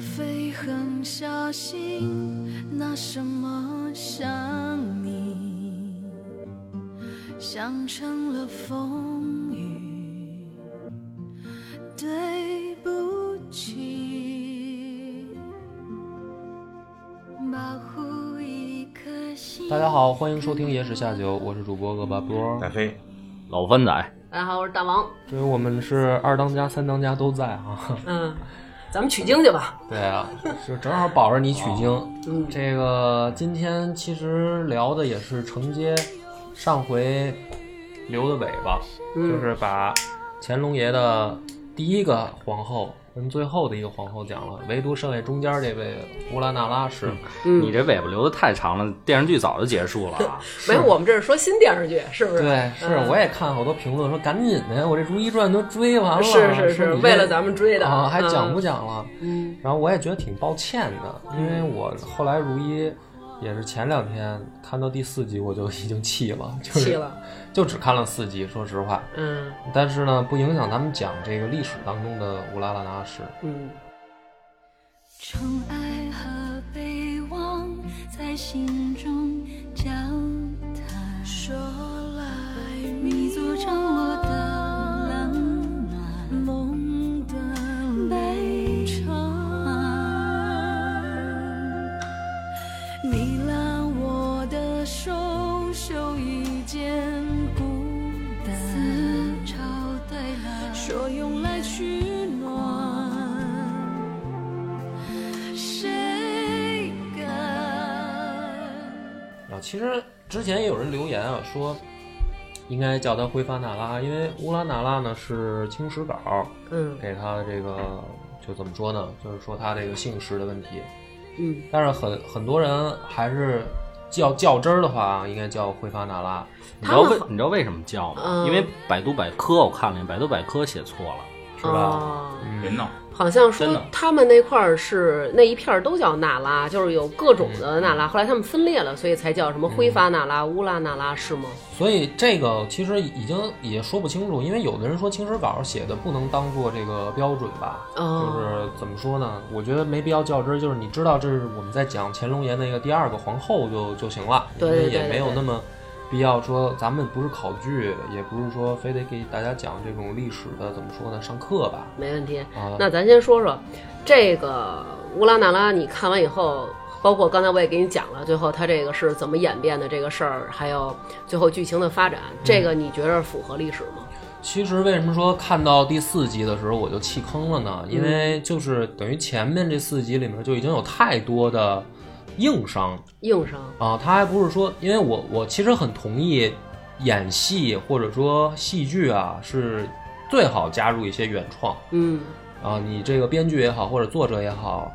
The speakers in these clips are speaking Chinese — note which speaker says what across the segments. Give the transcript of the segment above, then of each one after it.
Speaker 1: 非很小心，拿什么想你？想成了风雨，对不起。保护一颗心。
Speaker 2: 大家好，欢迎收听《野史下酒》，我是主播恶霸波
Speaker 3: 大。飞，
Speaker 4: 老番仔，
Speaker 5: 大家好，我是大王。
Speaker 2: 所以我们是二当家、三当家都在 啊。
Speaker 5: 嗯，咱们取经去吧。
Speaker 2: 对啊，就正好保着你取经。
Speaker 5: 嗯，
Speaker 2: 这个今天其实聊的也是承接上回留的尾巴，
Speaker 5: 嗯
Speaker 2: 就是把乾隆爷的第一个皇后跟最后的一个皇后讲了，唯独剩下中间这位乌拉那拉氏。
Speaker 5: 嗯
Speaker 4: 你这尾巴留的太长了，电视剧早就结束了啊。
Speaker 5: 没有，我们这是说新电视剧，是不是？
Speaker 2: 对，是
Speaker 5: 嗯
Speaker 2: 我也看好多评论说赶紧的，我这《如懿传》都追完了，
Speaker 5: 是是
Speaker 2: 说
Speaker 5: 是，
Speaker 2: 你这
Speaker 5: 为了咱们追的
Speaker 2: 啊，还讲不
Speaker 5: 讲？
Speaker 2: 讲了？
Speaker 5: 嗯
Speaker 2: 然后我也觉得挺抱歉的，因为我后来如一也是前两天看到第四集我就已经弃了， 就是
Speaker 5: 气了。
Speaker 2: 就只看了四集，说实话。
Speaker 5: 嗯
Speaker 2: 但是呢，不影响咱们讲这个历史当中的乌拉拉那氏。
Speaker 5: 嗯，
Speaker 1: 宠爱和被忘在心中交谈，说来你阻挡我的冷暖，梦的悲怆。你拉我的手，手一件孤单，思潮带来，说用来取暖。谁敢？
Speaker 2: 啊，其实之前也有人留言啊，说应该叫她灰发那拉，因为乌拉那拉呢是青史稿
Speaker 5: 嗯
Speaker 2: 给她的这个，就怎么说呢？就是说她这个姓氏的问题。
Speaker 5: 嗯，
Speaker 2: 但是很很多人还是较较真儿的话，应该叫灰发那拉。
Speaker 4: 你知道
Speaker 5: 他
Speaker 4: 为
Speaker 5: 们好
Speaker 4: 你知道为什么叫吗？
Speaker 5: 嗯
Speaker 4: 因为百度百科我看了，百度百科写错了。
Speaker 2: 是吧
Speaker 5: 哦，
Speaker 3: 别闹，
Speaker 5: 好像
Speaker 4: 真
Speaker 5: 说
Speaker 4: 的
Speaker 5: 他们那块儿是那一片儿都叫那拉，就是有各种
Speaker 2: 嗯
Speaker 5: 的那拉。后来他们分裂了，所以才叫什么灰发那拉、乌拉那拉，是吗？
Speaker 2: 所以这个其实已经也说不清楚，因为有的人说青史稿写的不能当做这个标准吧，就
Speaker 5: 哦，
Speaker 2: 是怎么说呢？我觉得没必要较真儿，就是你知道这是我们在讲乾隆爷那个第二个皇后就就行了，
Speaker 5: 对对对
Speaker 2: 因为也没有
Speaker 5: 对对
Speaker 2: 那么必要说咱们不是考据，也不是说非得给大家讲这种历史的怎么说呢上课吧。
Speaker 5: 没问题。
Speaker 2: 啊，
Speaker 5: 那咱先说说这个乌拉那拉，你看完以后，包括刚才我也给你讲了，最后它这个是怎么演变的这个事儿，还有最后剧情的发展，
Speaker 2: 嗯
Speaker 5: 这个你觉得符合历史吗？
Speaker 2: 其实为什么说看到第四集的时候我就弃坑了呢？因
Speaker 5: 嗯
Speaker 2: 为就是等于前面这四集里面就已经有太多的硬伤
Speaker 5: 硬伤，
Speaker 2: 啊，他还不是说，因为我我其实很同意演戏或者说戏剧啊是最好加入一些原创
Speaker 5: 嗯
Speaker 2: 啊，你这个编剧也好或者作者也好。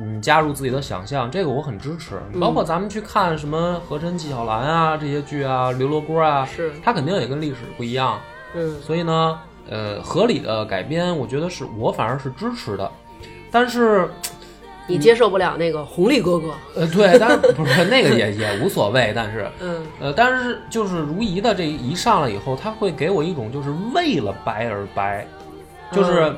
Speaker 2: 嗯，加入自己的想象，这个我很支持。包括咱们去看什么《和珅纪晓岚》啊这些剧啊，《刘罗锅》啊，
Speaker 5: 是
Speaker 2: 它肯定也跟历史不一样。
Speaker 5: 嗯
Speaker 2: 所以呢，呃，合理的改编，我觉得是我反而是支持的。但是，
Speaker 5: 你接受不了那个红利哥哥，
Speaker 2: 呃，对，但是不是那个也也无所谓。但是，
Speaker 5: 嗯
Speaker 2: 呃，但是就是如懿的这一上来以后，他会给我一种就是为了白而白，就是、
Speaker 5: 嗯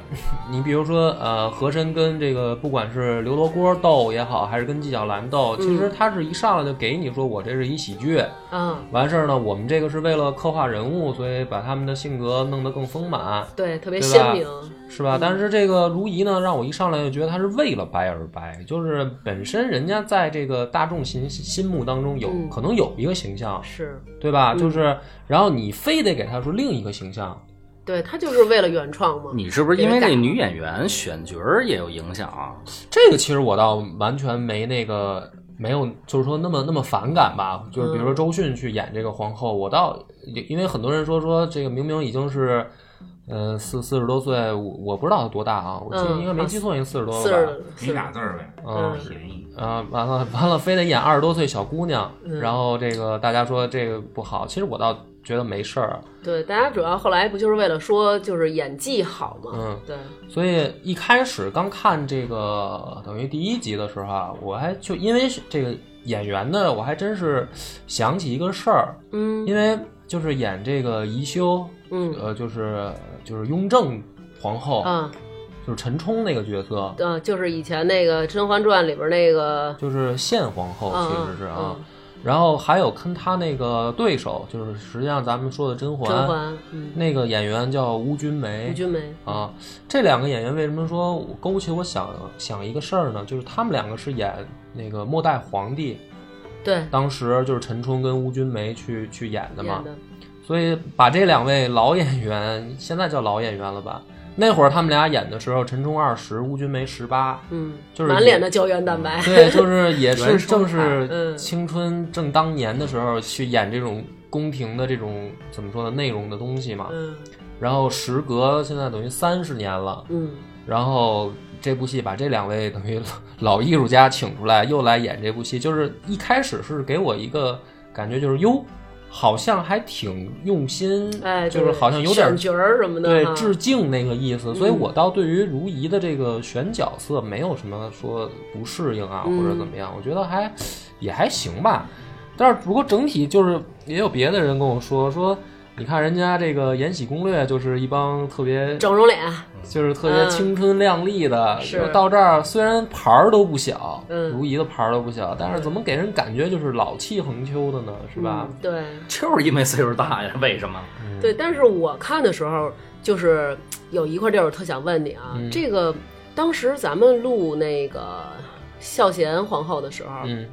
Speaker 2: 你比如说，呃，和珅跟这个不管是刘罗锅斗也好，还是跟纪晓岚斗，其
Speaker 5: 嗯
Speaker 2: 实他是一上来就给你说我这是一喜剧，
Speaker 5: 啊，
Speaker 2: 完事儿呢，我们这个是为了刻画人物，所以把他们的性格弄得更丰满。
Speaker 5: 对，特别
Speaker 2: 对
Speaker 5: 鲜
Speaker 2: 吧
Speaker 5: 明，
Speaker 2: 是
Speaker 5: 嗯
Speaker 2: 吧？但是这个如懿呢，让我一上来就觉得她是为了白而白，就是本身人家在这个大众心心目当中有、
Speaker 5: 嗯
Speaker 2: 可能有一个形象，
Speaker 5: 是
Speaker 2: 对吧？就是然后你非得给她说另一个形象，
Speaker 5: 对他就是为了原创嘛。
Speaker 4: 你是不是因为
Speaker 5: 给
Speaker 4: 那
Speaker 5: 人改
Speaker 4: 女演员选角儿也有影响啊？
Speaker 2: 这个其实我倒完全没那个没有，就是说那么那么反感吧。就是比
Speaker 5: 嗯
Speaker 2: 如说周迅去演这个皇后，我倒因为很多人说说这个明明已经是。呃，四四十多岁，我我不知道她多大啊，我记得
Speaker 5: 嗯
Speaker 2: 应该没记错，应该四十多了吧。
Speaker 5: 四十
Speaker 3: 你
Speaker 5: 四
Speaker 3: 俩
Speaker 5: 十，
Speaker 3: 字儿呗，
Speaker 2: 嗯，
Speaker 3: 便宜。
Speaker 2: 啊，完了 完了，非得演二十多岁小姑娘，
Speaker 5: 嗯
Speaker 2: 然后这个大家说这个不好，其实我倒觉得没事儿，啊
Speaker 5: 对，大家主要后来不就是为了说就是演技好嘛？
Speaker 2: 嗯
Speaker 5: 对，
Speaker 2: 所以一开始刚看这个等于第一集的时候啊，我还就因为是这个演员呢，我还真是想起一个事儿，
Speaker 5: 嗯
Speaker 2: 因为就是演这个宜修，
Speaker 5: 嗯
Speaker 2: 呃，就是就是雍正皇后，
Speaker 5: 啊，
Speaker 2: 就是陈冲那个角色，
Speaker 5: 呃，就是以前那个《甄嬛传》里边那个，
Speaker 2: 就是宪皇后
Speaker 5: 嗯
Speaker 2: 其实是啊。
Speaker 5: 嗯
Speaker 2: 然后还有跟他那个对手，就是实际上咱们说的甄嬛，
Speaker 5: 甄嬛，嗯，
Speaker 2: 那个演员叫邬君梅
Speaker 5: 吴君梅，
Speaker 2: 啊。这两个演员为什么说我勾起我想想一个事儿呢？就是他们两个是演那个末代皇帝，
Speaker 5: 对，
Speaker 2: 当时就是陈冲跟邬君梅去去演的嘛。
Speaker 5: 演的，
Speaker 2: 所以把这两位老演员，现在叫老演员了吧？那会儿他们俩演的时候，陈冲二十，邬君梅十八，
Speaker 5: 嗯，
Speaker 2: 就是
Speaker 5: 满脸的胶原蛋白，
Speaker 2: 对， 就是也是
Speaker 4: 原生
Speaker 2: 正
Speaker 4: 态
Speaker 2: 是
Speaker 5: 嗯
Speaker 2: 青春正当年的时候去演这种宫廷的这种怎么说呢内容的东西嘛。
Speaker 5: 嗯
Speaker 2: 然后时隔现在等于三十年了，
Speaker 5: 嗯，
Speaker 2: 然后这部戏把这两位等于老艺术家请出来，又来演这部戏，就是一开始是给我一个感觉就是哟，好像还挺用心，
Speaker 5: 哎，
Speaker 2: 就是好像有点
Speaker 5: 选角儿什么的，
Speaker 2: 对
Speaker 5: 哈
Speaker 2: 致敬那个意
Speaker 5: 嗯
Speaker 2: 思，所以我倒对于如懿的这个选角色没有什么说不适应啊，
Speaker 5: 嗯
Speaker 2: 或者怎么样，我觉得还也还行吧。但是不过整体就是也有别的人跟我说说，你看人家这个《延禧攻略》就是一帮特别
Speaker 5: 整容脸，
Speaker 2: 就是特别
Speaker 5: 嗯
Speaker 2: 青春靓丽的，
Speaker 5: 是
Speaker 2: 到这儿虽然牌儿都不小，
Speaker 5: 嗯
Speaker 2: 如懿的牌儿都不小，但是怎么给人感觉就是老气横秋的呢？是吧？
Speaker 5: 嗯对，
Speaker 4: 就是因为岁数大呀，为什么？
Speaker 2: 嗯
Speaker 5: 对，但是我看的时候，就是有一块地儿我特想问你啊，
Speaker 2: 嗯
Speaker 5: 这个当时咱们录那个孝贤皇后的时候，
Speaker 2: 嗯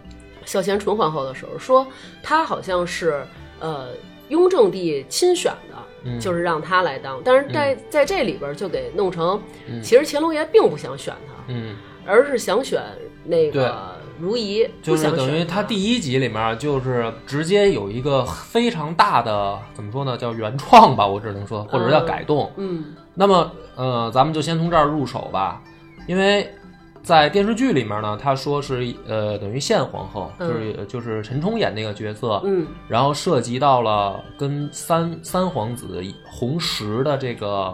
Speaker 5: 孝贤纯皇后的时候，说她好像是呃雍正帝亲选的。
Speaker 2: 嗯
Speaker 5: 就是让她来当，但是在、在这里边就给弄成，其实乾隆爷并不想选她，
Speaker 2: 嗯，
Speaker 5: 而是想选那
Speaker 2: 对
Speaker 5: 个如懿，
Speaker 2: 就
Speaker 5: 不
Speaker 2: 是
Speaker 5: 想
Speaker 2: 等于
Speaker 5: 选
Speaker 2: 他第一集里面就是直接有一个非常大的怎么说呢，叫原创吧，我只能说，或者叫改动。
Speaker 5: 嗯
Speaker 2: 那么呃，咱们就先从这儿入手吧，因为在电视剧里面呢，他说是呃等于宪皇后，就
Speaker 5: 嗯
Speaker 2: 是就是陈冲演那个角色，
Speaker 5: 嗯
Speaker 2: 然后涉及到了跟三三皇子红石的这个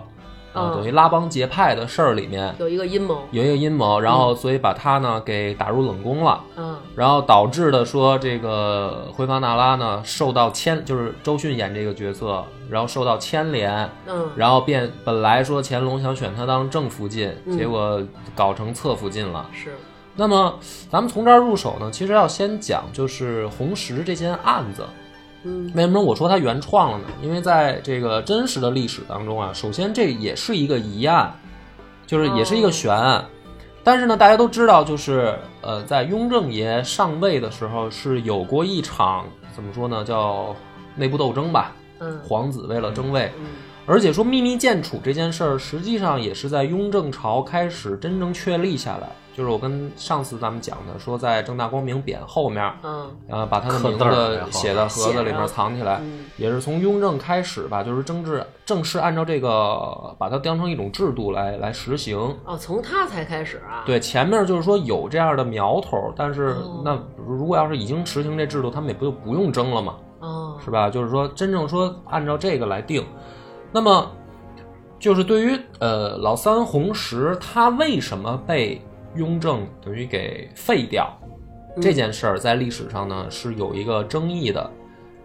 Speaker 2: 呃
Speaker 5: 嗯
Speaker 2: 等于拉帮结派的事儿里面
Speaker 5: 有一个阴谋，
Speaker 2: 有一个阴谋，然后所以把他呢给打入冷宫了。
Speaker 5: 嗯
Speaker 2: 然后导致的说，这个回防那拉呢受到牵，就是周迅演这个角色，然后受到牵连，
Speaker 5: 嗯
Speaker 2: 然后变本来说乾隆想选他当正福晋，
Speaker 5: 嗯
Speaker 2: 结果搞成侧福晋了。
Speaker 5: 是
Speaker 2: 那么咱们从这儿入手呢，其实要先讲就是红石这件案子。
Speaker 5: 嗯
Speaker 2: 为什么我说它原创了呢？因为在这个真实的历史当中啊，首先这也是一个疑案，就是也是一个悬案。但是呢，大家都知道，就是呃，在雍正爷上位的时候是有过一场怎么说呢，叫内部斗争吧，
Speaker 5: 嗯
Speaker 2: 皇子为了争位，
Speaker 5: 嗯
Speaker 2: 而且说秘密建储这件事儿，实际上也是在雍正朝开始真正确立下来。就是我跟上次咱们讲的，说在正大光明匾后面，
Speaker 5: 嗯
Speaker 2: 呃，把他的
Speaker 4: 刻
Speaker 2: 名
Speaker 4: 字儿
Speaker 2: 字
Speaker 4: 然后
Speaker 2: 写在盒子里面藏起来
Speaker 5: 嗯，
Speaker 2: 也是从雍正开始吧，就是政治正式按照这个把它当成一种制度来来实行。
Speaker 5: 哦，从他才开始啊？，
Speaker 2: 对，前面就是说有这样的苗头，但是
Speaker 5: 哦
Speaker 2: 那如果要是已经实行这制度，他们也不就不用争了嘛，
Speaker 5: 哦，
Speaker 2: 是吧？就是说真正说按照这个来定，那么就是对于呃老三红石他为什么被雍正等于给废掉这件事儿，在历史上呢是有一个争议的。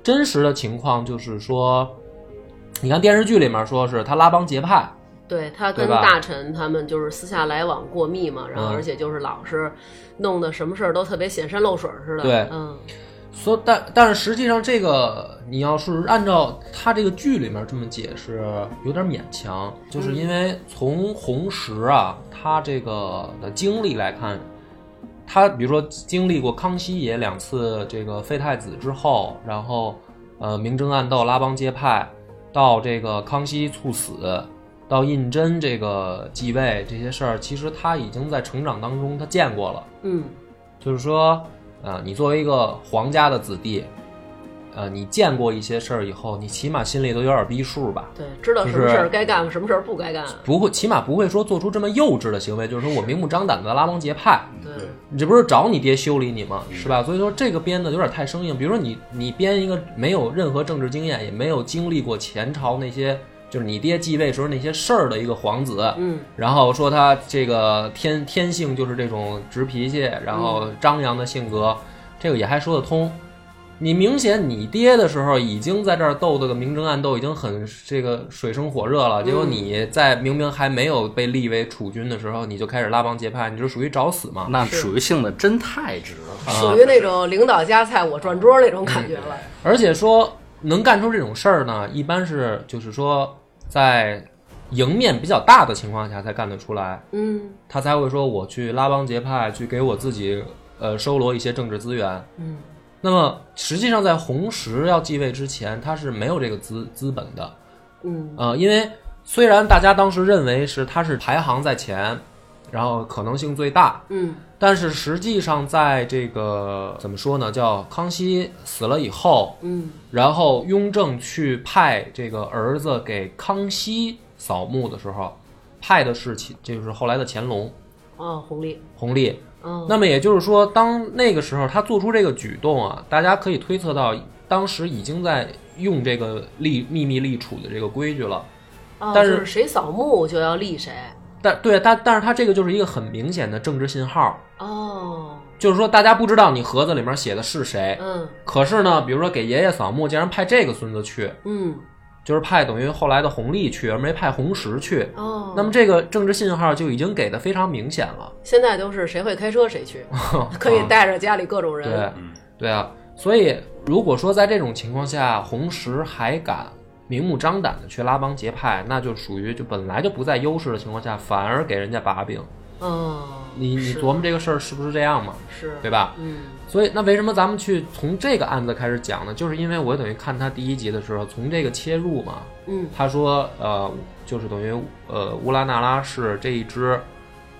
Speaker 2: 真实的情况就是说，你看电视剧里面说是他拉帮结派，
Speaker 5: 对他跟
Speaker 2: 对吧
Speaker 5: 大臣他们就是私下来往过密嘛，然后
Speaker 2: 嗯
Speaker 5: 而且就是老是弄得什么事儿都特别显山露水似的。
Speaker 2: 对
Speaker 5: 嗯
Speaker 2: 所以但但是实际上这个你要是按照他这个剧里面这么解释，有点勉强，就是因为从红石啊他这个的经历来看，他比如说经历过康熙爷两次这个废太子之后，然后呃明争暗斗、拉帮结派，到这个康熙猝死，到胤禛这个继位这些事儿，其实他已经在成长当中他见过了。
Speaker 5: 嗯
Speaker 2: 就是说，呃，你作为一个皇家的子弟，呃，你见过一些事儿以后，你起码心里都有点逼数吧，
Speaker 5: 对，知道
Speaker 2: 就
Speaker 5: 什么事
Speaker 2: 是
Speaker 5: 儿该干，什么事儿不该干。
Speaker 2: 不会，起码不会说做出这么幼稚的行为，就是说我明目张胆的拉帮结派，
Speaker 5: 对，
Speaker 2: 你这不是找你爹修理你吗？是吧？所以说这个编的有点太生硬。比如说你你编一个没有任何政治经验，也没有经历过前朝那些。就是你爹继位时候那些事儿的一个皇子，
Speaker 5: 嗯，
Speaker 2: 然后说他这个天天性就是这种直脾气，然后张扬的性格，这个也还说得通。你明显你爹的时候已经在这儿斗的个明争暗斗，已经很这个水深火热了。结果你在明明还没有被立为储君的时候，你就开始拉帮结派，你就属于找死嘛。
Speaker 4: 那属于性的真太直
Speaker 2: 啊
Speaker 4: 了。
Speaker 5: 属于那种领导夹菜我转桌那种感觉了。
Speaker 2: 而且说能干出这种事儿呢，一般是就是说在赢面比较大的情况下才干得出来，
Speaker 5: 嗯
Speaker 2: 他才会说我去拉帮结派，去给我自己呃收罗一些政治资源。
Speaker 5: 嗯，
Speaker 2: 那么实际上在红石要继位之前，他是没有这个资资本的。
Speaker 5: 嗯，
Speaker 2: 呃，因为虽然大家当时认为是他是排行在前，然后可能性最大，
Speaker 5: 嗯
Speaker 2: 但是实际上在这个怎么说呢，叫康熙死了以后，
Speaker 5: 嗯
Speaker 2: 然后雍正去派这个儿子给康熙扫墓的时候，派的是乾，就是后来的乾隆
Speaker 5: 哦，红利，
Speaker 2: 弘历。
Speaker 5: 哦，
Speaker 2: 那么也就是说，当那个时候他做出这个举动啊，大家可以推测到，当时已经在用这个立秘密立储的这个规矩了。
Speaker 5: 哦
Speaker 2: 但
Speaker 5: 就是是谁扫墓就要立谁。
Speaker 2: 但对他，但是他这个就是一个很明显的政治信号，
Speaker 5: 哦，
Speaker 2: 就是说大家不知道你盒子里面写的是谁，
Speaker 5: 嗯
Speaker 2: 可是呢，比如说给爷爷扫墓，竟然派这个孙子去，
Speaker 5: 嗯，
Speaker 2: 就是派等于后来的弘历去，而没派弘时去。
Speaker 5: 哦，
Speaker 2: 那么这个政治信号就已经给的非常明显了，
Speaker 5: 现在都是谁会开车谁去， 可以带着家里各种人。
Speaker 2: 啊对，对啊。所以如果说在这种情况下，弘时还敢明目张胆的去拉帮结派，那就属于就本来就不在优势的情况下，反而给人家把柄。
Speaker 5: 哦，
Speaker 2: 你你
Speaker 5: 是
Speaker 2: 琢磨这个事儿是不是这样嘛？
Speaker 5: 是，
Speaker 2: 对吧？
Speaker 5: 嗯
Speaker 2: 所以，那为什么咱们去从这个案子开始讲呢？就是因为我等于看他第一集的时候，从这个切入嘛。
Speaker 5: 嗯
Speaker 2: 他说，呃，就是等于呃，乌拉那拉氏这一支，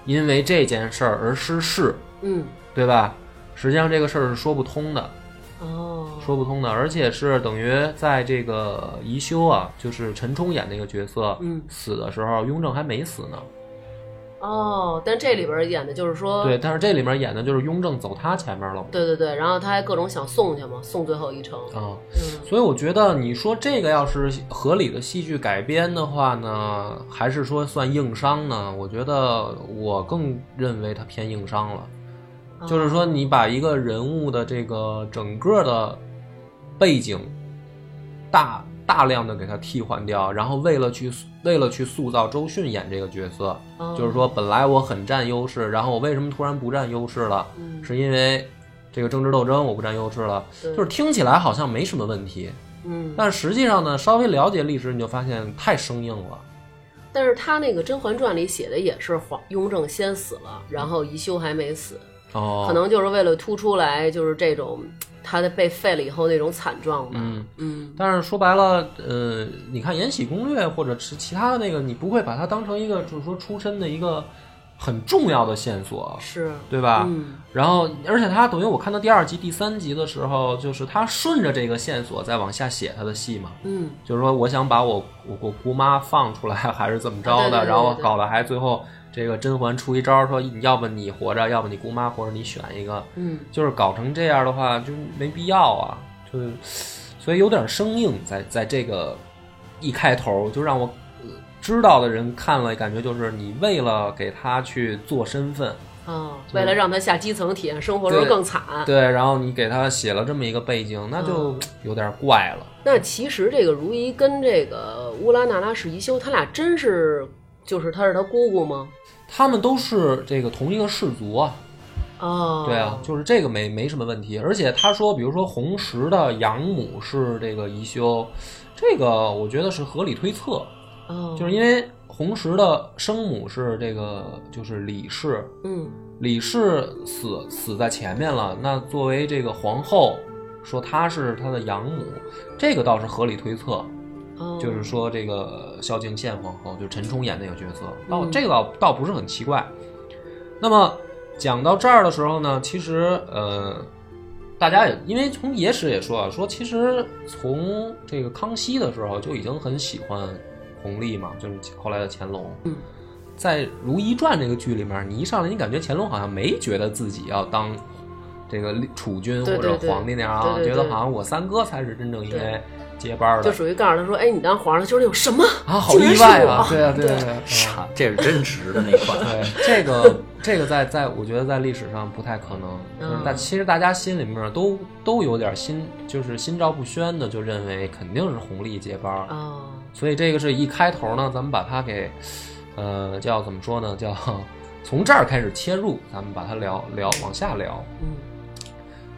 Speaker 2: 因为这件事儿而失势，
Speaker 5: 嗯，
Speaker 2: 对吧？实际上这个事儿是说不通的，
Speaker 5: 哦，
Speaker 2: 说不通的，而且是等于在这个宜修啊，就是陈冲演那个角色
Speaker 5: 嗯
Speaker 2: 死的时候，雍正还没死呢。
Speaker 5: 哦，但这里边演的就是说，
Speaker 2: 对，但是这里面演的就是雍正走他前面了嘛。
Speaker 5: 对对对，然后他还各种想送去嘛，送最后一程。
Speaker 2: 啊、
Speaker 5: 嗯
Speaker 2: 所以我觉得你说这个要是合理的戏剧改编的话呢，还是说算硬伤呢？我觉得我更认为它偏硬伤了。就是说，你把一个人物的这个整个的背景大大量的给他替换掉，然后为了去为了去塑造周迅演这个角色，
Speaker 5: 哦
Speaker 2: 就是说本来我很占优势，然后我为什么突然不占优势了？
Speaker 5: 嗯
Speaker 2: 是因为这个政治斗争我不占优势了，
Speaker 5: 对
Speaker 2: 就是听起来好像没什么问题，
Speaker 5: 嗯，
Speaker 2: 但实际上呢，稍微了解历史你就发现太生硬了。
Speaker 5: 但是他那个《甄嬛传》里写的也是皇雍正先死了，然后宜修还没死，
Speaker 2: 哦，
Speaker 5: 可能就是为了突出来就是这种他的被废了以后那种惨状吧。
Speaker 2: 嗯
Speaker 5: 嗯
Speaker 2: 但是说白了，呃，你看《延禧攻略》或者是其他的那个，你不会把它当成一个就是说出身的一个很重要的线索，
Speaker 5: 是，
Speaker 2: 对吧？
Speaker 5: 嗯
Speaker 2: 然后，而且他等于我看到第二集、第三集的时候，就是他顺着这个线索再往下写他的戏嘛，
Speaker 5: 嗯
Speaker 2: 就是说我想把我我我姑妈放出来， 还是怎么着的，
Speaker 5: 啊对对对对
Speaker 2: 然后搞得还最后这个甄嬛出一招说，你要不你活着，要不你姑妈活着，你选一个，
Speaker 5: 嗯，
Speaker 2: 就是搞成这样的话就没必要啊，就是所以有点生硬在，在这个一开头就让我呃知道的人看了感觉就是你为了给他去做身份，
Speaker 5: 哦，为了让他下基层体验生活时候
Speaker 2: 对
Speaker 5: 更惨。
Speaker 2: 对，然后你给他写了这么一个背景，那就
Speaker 5: 嗯
Speaker 2: 有点怪了。
Speaker 5: 那其实这个如懿跟这个乌拉那拉氏宜修，他俩真是就是他是他姑姑吗？
Speaker 2: 他们都是这个同一个氏族啊，
Speaker 5: 哦，
Speaker 2: 对啊，就是这个没没什么问题。而且他说，比如说红石的养母是这个宜修，这个我觉得是合理推测，
Speaker 5: 哦，
Speaker 2: 就是因为红石的生母是这个就是李氏，
Speaker 5: 嗯
Speaker 2: 李氏死死在前面了，那作为这个皇后，说她是她的养母，这个倒是合理推测。
Speaker 5: 哦，
Speaker 2: 就是说这个萧敬宪皇后，就是陈冲演那个角色，倒、
Speaker 5: 嗯
Speaker 2: 这个倒倒不是很奇怪。那么讲到这儿的时候呢，其实呃，大家也因为从野史也说啊，说其实从这个康熙的时候就已经很喜欢弘历嘛，就是后来的乾隆。
Speaker 5: 嗯
Speaker 2: 在《如懿传》这个剧里面，你一上来你感觉乾隆好像没觉得自己要当这个储君
Speaker 5: 对
Speaker 2: 或者
Speaker 5: 对对
Speaker 2: 皇帝那样啊，
Speaker 5: 对对
Speaker 2: 觉得
Speaker 5: 对
Speaker 2: 好像我三哥才是真正应该
Speaker 5: 对
Speaker 2: 接班儿的
Speaker 5: 就。属于告诉他说，哎，你当皇上就是那种什么
Speaker 2: 啊，好
Speaker 5: 竟然
Speaker 2: 意
Speaker 5: 是
Speaker 2: 外
Speaker 5: 我
Speaker 2: 啊！对啊，对啊对啊，
Speaker 4: 傻，这是真直的那款。
Speaker 2: 对这个 这个在在我觉得在历史上不太可能，
Speaker 5: 嗯
Speaker 2: 就是大其实大家心里面都都有点心就是心照不宣的，就认为肯定是红利接班儿，
Speaker 5: 哦，
Speaker 2: 所以这个是一开头呢，咱们把它给呃叫怎么说呢？叫 从这儿开始切入，咱们把它聊聊往下聊。
Speaker 5: 嗯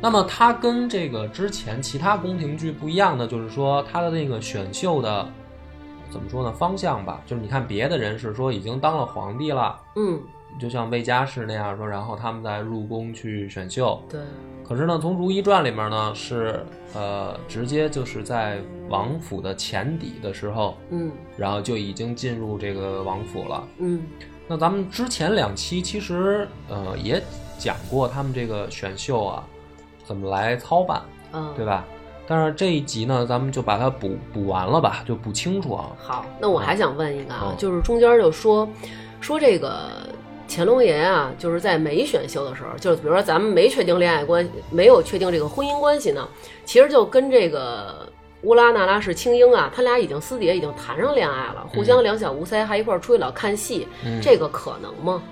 Speaker 2: 那么它跟这个之前其他宫廷剧不一样的，就是说它的那个选秀的怎么说呢方向吧，就是你看别的人是说已经当了皇帝了，
Speaker 5: 嗯，
Speaker 2: 就像魏佳氏那样说，然后他们再入宫去选秀。
Speaker 5: 对，
Speaker 2: 可是呢，从《如懿传》里面呢是呃直接就是在王府的前底的时候，
Speaker 5: 嗯
Speaker 2: 然后就已经进入这个王府了。
Speaker 5: 嗯
Speaker 2: 那咱们之前两期其实呃也讲过他们这个选秀啊怎么来操办。
Speaker 5: 嗯，
Speaker 2: 对？吧？但是这一集呢，咱们就把它补补完了吧，就补清楚啊。
Speaker 5: 好，那我还想问一个啊
Speaker 2: 嗯，
Speaker 5: 就是中间就说说这个乾隆爷啊，就是在没选秀的时候，就是比如说咱们没确定恋爱关系，没有确定这个婚姻关系呢，其实就跟这个乌拉那拉氏青樱啊，他俩已经私底下已经谈上恋爱了，互相两小无猜，还一块儿出去老看戏，
Speaker 2: 嗯
Speaker 5: 这个可能吗？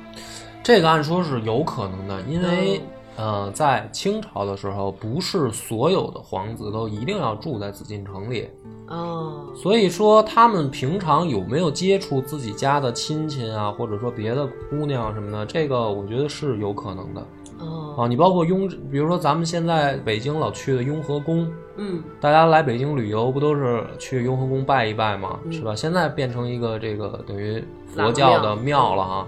Speaker 2: 这个按说是有可能的，因为、呃，在清朝的时候，不是所有的皇子都一定要住在紫禁城里，
Speaker 5: 哦，
Speaker 2: 所以说他们平常有没有接触自己家的亲戚啊，或者说别的姑娘什么的，这个我觉得是有可能的
Speaker 5: 哦，
Speaker 2: 啊。你包括雍，比如说咱们现在北京老去的雍和宫，
Speaker 5: 嗯，
Speaker 2: 大家来北京旅游不都是去雍和宫拜一拜吗？
Speaker 5: 嗯
Speaker 2: 是吧？现在变成一个这个等于佛教的庙了啊。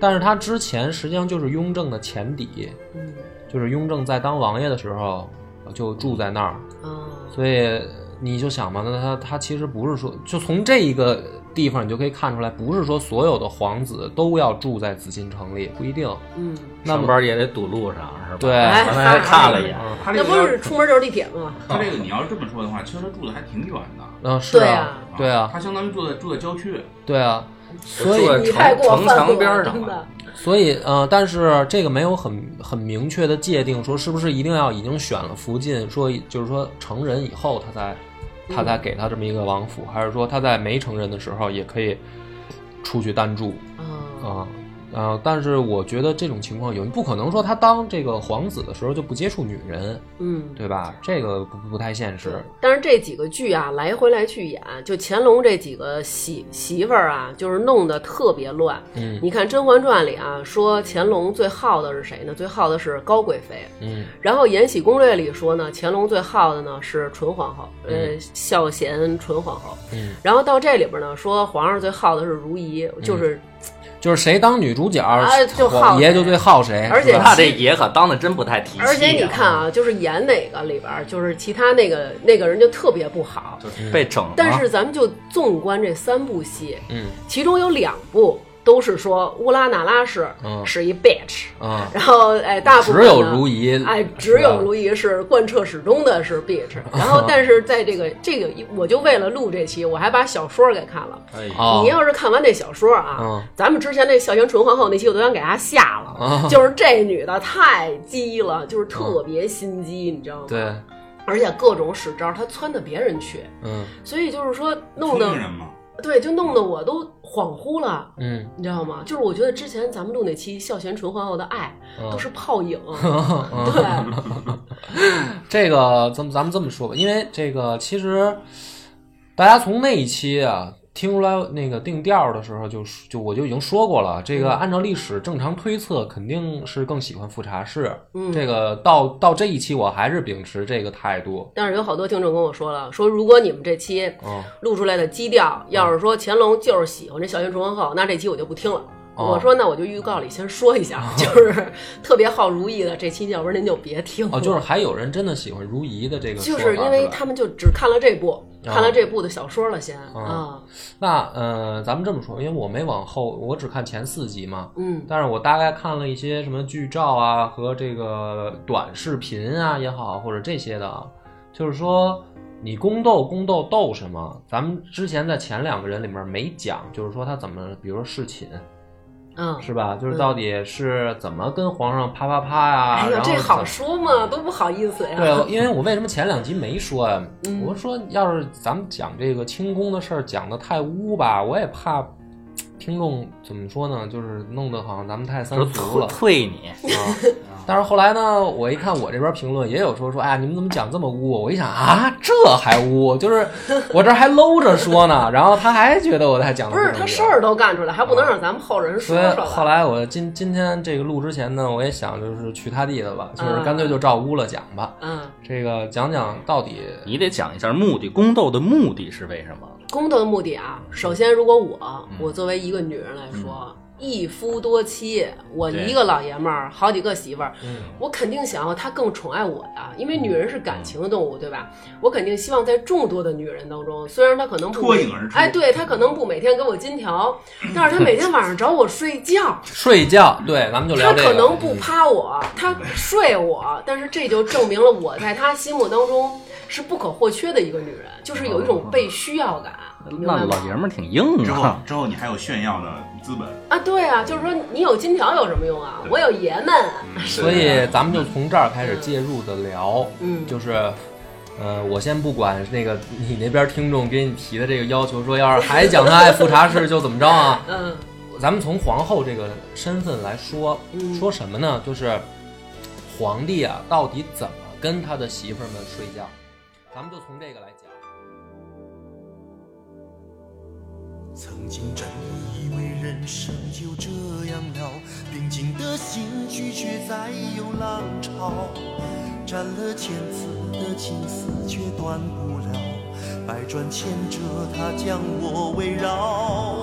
Speaker 2: 但是它之前实际上就是雍正的前底，
Speaker 5: 嗯，
Speaker 2: 就是雍正在当王爷的时候呃就住在那儿，
Speaker 5: 哦，
Speaker 2: 所以你就想嘛，那他他其实不是说，就从这一个地方你就可以看出来，不是说所有的皇子都要住在紫禁城里，不一定。
Speaker 5: 嗯，
Speaker 2: 那
Speaker 4: 上
Speaker 2: 么
Speaker 4: 班也得堵路上是吧？哎
Speaker 2: 对
Speaker 4: 刚才还看了一眼，
Speaker 2: 嗯
Speaker 3: 他这
Speaker 5: 那
Speaker 3: 个
Speaker 5: 不是出门就是地铁吗？
Speaker 3: 他这个你要是这么说的话，其实他住的还挺远的。
Speaker 2: 嗯、是
Speaker 5: 对
Speaker 2: 啊
Speaker 5: 啊，
Speaker 2: 对啊，
Speaker 3: 他相当于住在住在郊区，
Speaker 2: 对啊，所以
Speaker 4: 住在
Speaker 5: 你太
Speaker 4: 城
Speaker 5: 过
Speaker 4: 城
Speaker 5: 分了，
Speaker 4: 墙边上
Speaker 5: 真
Speaker 4: 了。
Speaker 5: 的，
Speaker 2: 所以，呃，但是这个没有很很明确的界定，说是不是一定要已经选了福晋，说就是说成人以后他才他
Speaker 5: 嗯
Speaker 2: 才给他这么一个王府，还是说他在没成人的时候也可以出去单住
Speaker 5: 哦，
Speaker 2: 啊？呃，但是我觉得这种情况有，不可能说他当这个皇子的时候就不接触女人，
Speaker 5: 嗯。
Speaker 2: 对吧？这个不不太现实。
Speaker 5: 但是这几个剧啊，来回来去演，就乾隆这几个媳媳妇儿啊，就是弄得特别乱。
Speaker 2: 嗯
Speaker 5: 你看《甄嬛传》里啊，说乾隆最好的是谁呢？最好的是高贵妃。
Speaker 2: 嗯
Speaker 5: 然后《延禧攻略》里说呢，乾隆最好的呢是纯皇后，呃，孝贤纯皇后。
Speaker 2: 嗯，
Speaker 5: 然后到这里边呢，说皇上最好的是如懿，
Speaker 2: 嗯
Speaker 5: 就是
Speaker 2: 就是谁当女主角，
Speaker 5: 哎就好
Speaker 2: 爷
Speaker 5: 谁
Speaker 2: 就最好谁，
Speaker 5: 而且
Speaker 2: 是吧
Speaker 4: 那这爷可当的真不太提气、
Speaker 5: 而且你看，啊，就是演哪个里边儿，就是其他那个那个人就特别不好。
Speaker 4: 就是被整了。
Speaker 5: 但是咱们就纵观这三部戏，
Speaker 2: 嗯
Speaker 5: 其中有两部都是说乌拉那拉氏
Speaker 2: 嗯
Speaker 5: 是一 bitch，、
Speaker 2: 啊，
Speaker 5: 然后哎，大部
Speaker 2: 只
Speaker 5: 分呢
Speaker 2: 有如。懿，
Speaker 5: 哎，只有
Speaker 2: 是吧啊
Speaker 5: 如懿是贯彻始终的是 bitch，然后但是在这个这个，我就为了录这期，我还把小说给看了。
Speaker 4: 哎呦
Speaker 2: 哦
Speaker 5: 你要是看完这小说啊，
Speaker 2: 嗯
Speaker 5: 咱们之前那孝贤纯皇后那期，我都想给她下了，
Speaker 2: 啊
Speaker 5: 就是这女的太鸡了，就是特别心机，你知道吗？，
Speaker 2: 对，
Speaker 5: 而且各种使招，她撺掇别人去，
Speaker 2: 嗯
Speaker 5: 所以就是说弄
Speaker 3: 聪
Speaker 5: 得
Speaker 3: 明人嘛。
Speaker 5: 对，就弄得我都恍惚了。
Speaker 2: 嗯，
Speaker 5: 你知道吗？就是我觉得之前咱们录那期《孝贤纯皇后的爱》
Speaker 2: 嗯
Speaker 5: 都是 泡影，
Speaker 2: 哦
Speaker 5: 对，
Speaker 2: 这个咱们咱们这么说吧，因为这个其实大家从那一期啊听出来那个定调的时候就，就我就已经说过了，这个
Speaker 5: 嗯
Speaker 2: 按照历史正常推测，肯定是更喜欢富察氏。
Speaker 5: 嗯
Speaker 2: 这个到到这一期，我还是秉持这个态度。
Speaker 5: 但是有好多听众跟我说了，说如果你们这期
Speaker 2: 嗯，
Speaker 5: 录出来的基调要是说乾隆就是喜欢这孝贤纯皇后，那这期我就不听了。
Speaker 2: 哦
Speaker 5: 我说那我就预告里先说一下，就是特别好如意的这期，要不然您就别听了。
Speaker 2: 哦，就是还有人真的喜欢如懿的这个说
Speaker 5: 就
Speaker 2: 法，
Speaker 5: 是因为
Speaker 2: 吧
Speaker 5: 他们就只看了这部，
Speaker 2: 啊
Speaker 5: 看了这部的小说了先
Speaker 2: 啊
Speaker 5: 啊，
Speaker 2: 那呃，咱们这么说，因为我没往后，我只看前四集嘛。
Speaker 5: 嗯
Speaker 2: 但是我大概看了一些什么剧照啊和这个短视频啊也好，或者这些的啊，就是说你宫斗宫斗斗什么？咱们之前在前两个人里面没讲，就是说他怎么，比如说侍寝
Speaker 5: 嗯，
Speaker 2: 是吧？就是到底是怎么跟皇上啪啪啪呀、
Speaker 5: 哎
Speaker 2: 啊
Speaker 5: 呦
Speaker 2: 然，后
Speaker 5: 这好
Speaker 2: 怎
Speaker 5: 说吗？都不好意思呀。
Speaker 2: 对，因为我为什么前两集没说呀、
Speaker 5: 嗯
Speaker 2: 我说要是咱们讲这个清宫的事儿讲的太污吧，我也怕。听众怎么说呢，就是弄得好像咱们太三
Speaker 4: 说
Speaker 2: 俗了
Speaker 4: 退。退你，
Speaker 2: 啊！但是后来呢，我一看我这边评论也有说说，哎呀，你们怎么讲这么污？我一想啊，这还污， 就是我这还搂着说呢，然后他还觉得我在讲得
Speaker 5: 不是
Speaker 2: 污
Speaker 5: 他事儿都干出来，还不能让咱们后人说
Speaker 2: 啊所以
Speaker 5: 说
Speaker 2: 后
Speaker 5: 吧？
Speaker 2: 来我今今天这个录之前呢，我也想就是去他地的吧，就是干脆就照污了讲吧。
Speaker 5: 嗯，
Speaker 2: 这个讲讲到底，
Speaker 4: 你得讲一下目的，宫斗的目的是为什么？
Speaker 5: 宫斗的目的啊，
Speaker 2: 嗯
Speaker 5: 首先，如果我我作为一个女人来说，一夫多妻，我
Speaker 4: 对
Speaker 5: 一个老爷们儿，好几个媳妇儿，
Speaker 2: 嗯，
Speaker 5: 我肯定想啊要他更宠爱我呀，因为女人是感情的动物，对吧？我肯定希望在众多的女人当中，虽然她可能不
Speaker 3: 脱颖而出
Speaker 5: 哎，对她可能不每天给我金条，但是她每天晚上找我睡觉
Speaker 2: 睡觉，对，咱们就聊
Speaker 5: 她
Speaker 2: 这个。
Speaker 5: 可能不
Speaker 2: 嗯
Speaker 5: 趴我，她睡我，但是这就证明了我在她心目当中是不可或缺的一个女人，就是有一
Speaker 2: 哦
Speaker 5: 种被需要感。明白
Speaker 4: 那
Speaker 5: 吗
Speaker 4: 老爷们儿挺硬
Speaker 3: 之后
Speaker 4: 啊，
Speaker 3: 之后你还有炫耀的资本，
Speaker 5: 啊，对啊，就是说你有金条有什么用啊？我有爷们啊，
Speaker 2: 所以咱们就从这儿开始介入的聊，
Speaker 5: 嗯
Speaker 2: 就是，呃，我先不管那个你那边听众给你提的这个要求，说要是还讲他爱富察氏就怎么着啊？
Speaker 5: 嗯
Speaker 2: 咱们从皇后这个身份来说，
Speaker 5: 嗯
Speaker 2: 说什么呢？就是皇帝啊，到底怎么跟他的媳妇儿们睡觉？咱们就从这个来讲。
Speaker 6: 曾经真以为人生就这样了，平静的心绪却在有浪潮。斩了千次的情丝却断不了，百转千折它将我围绕。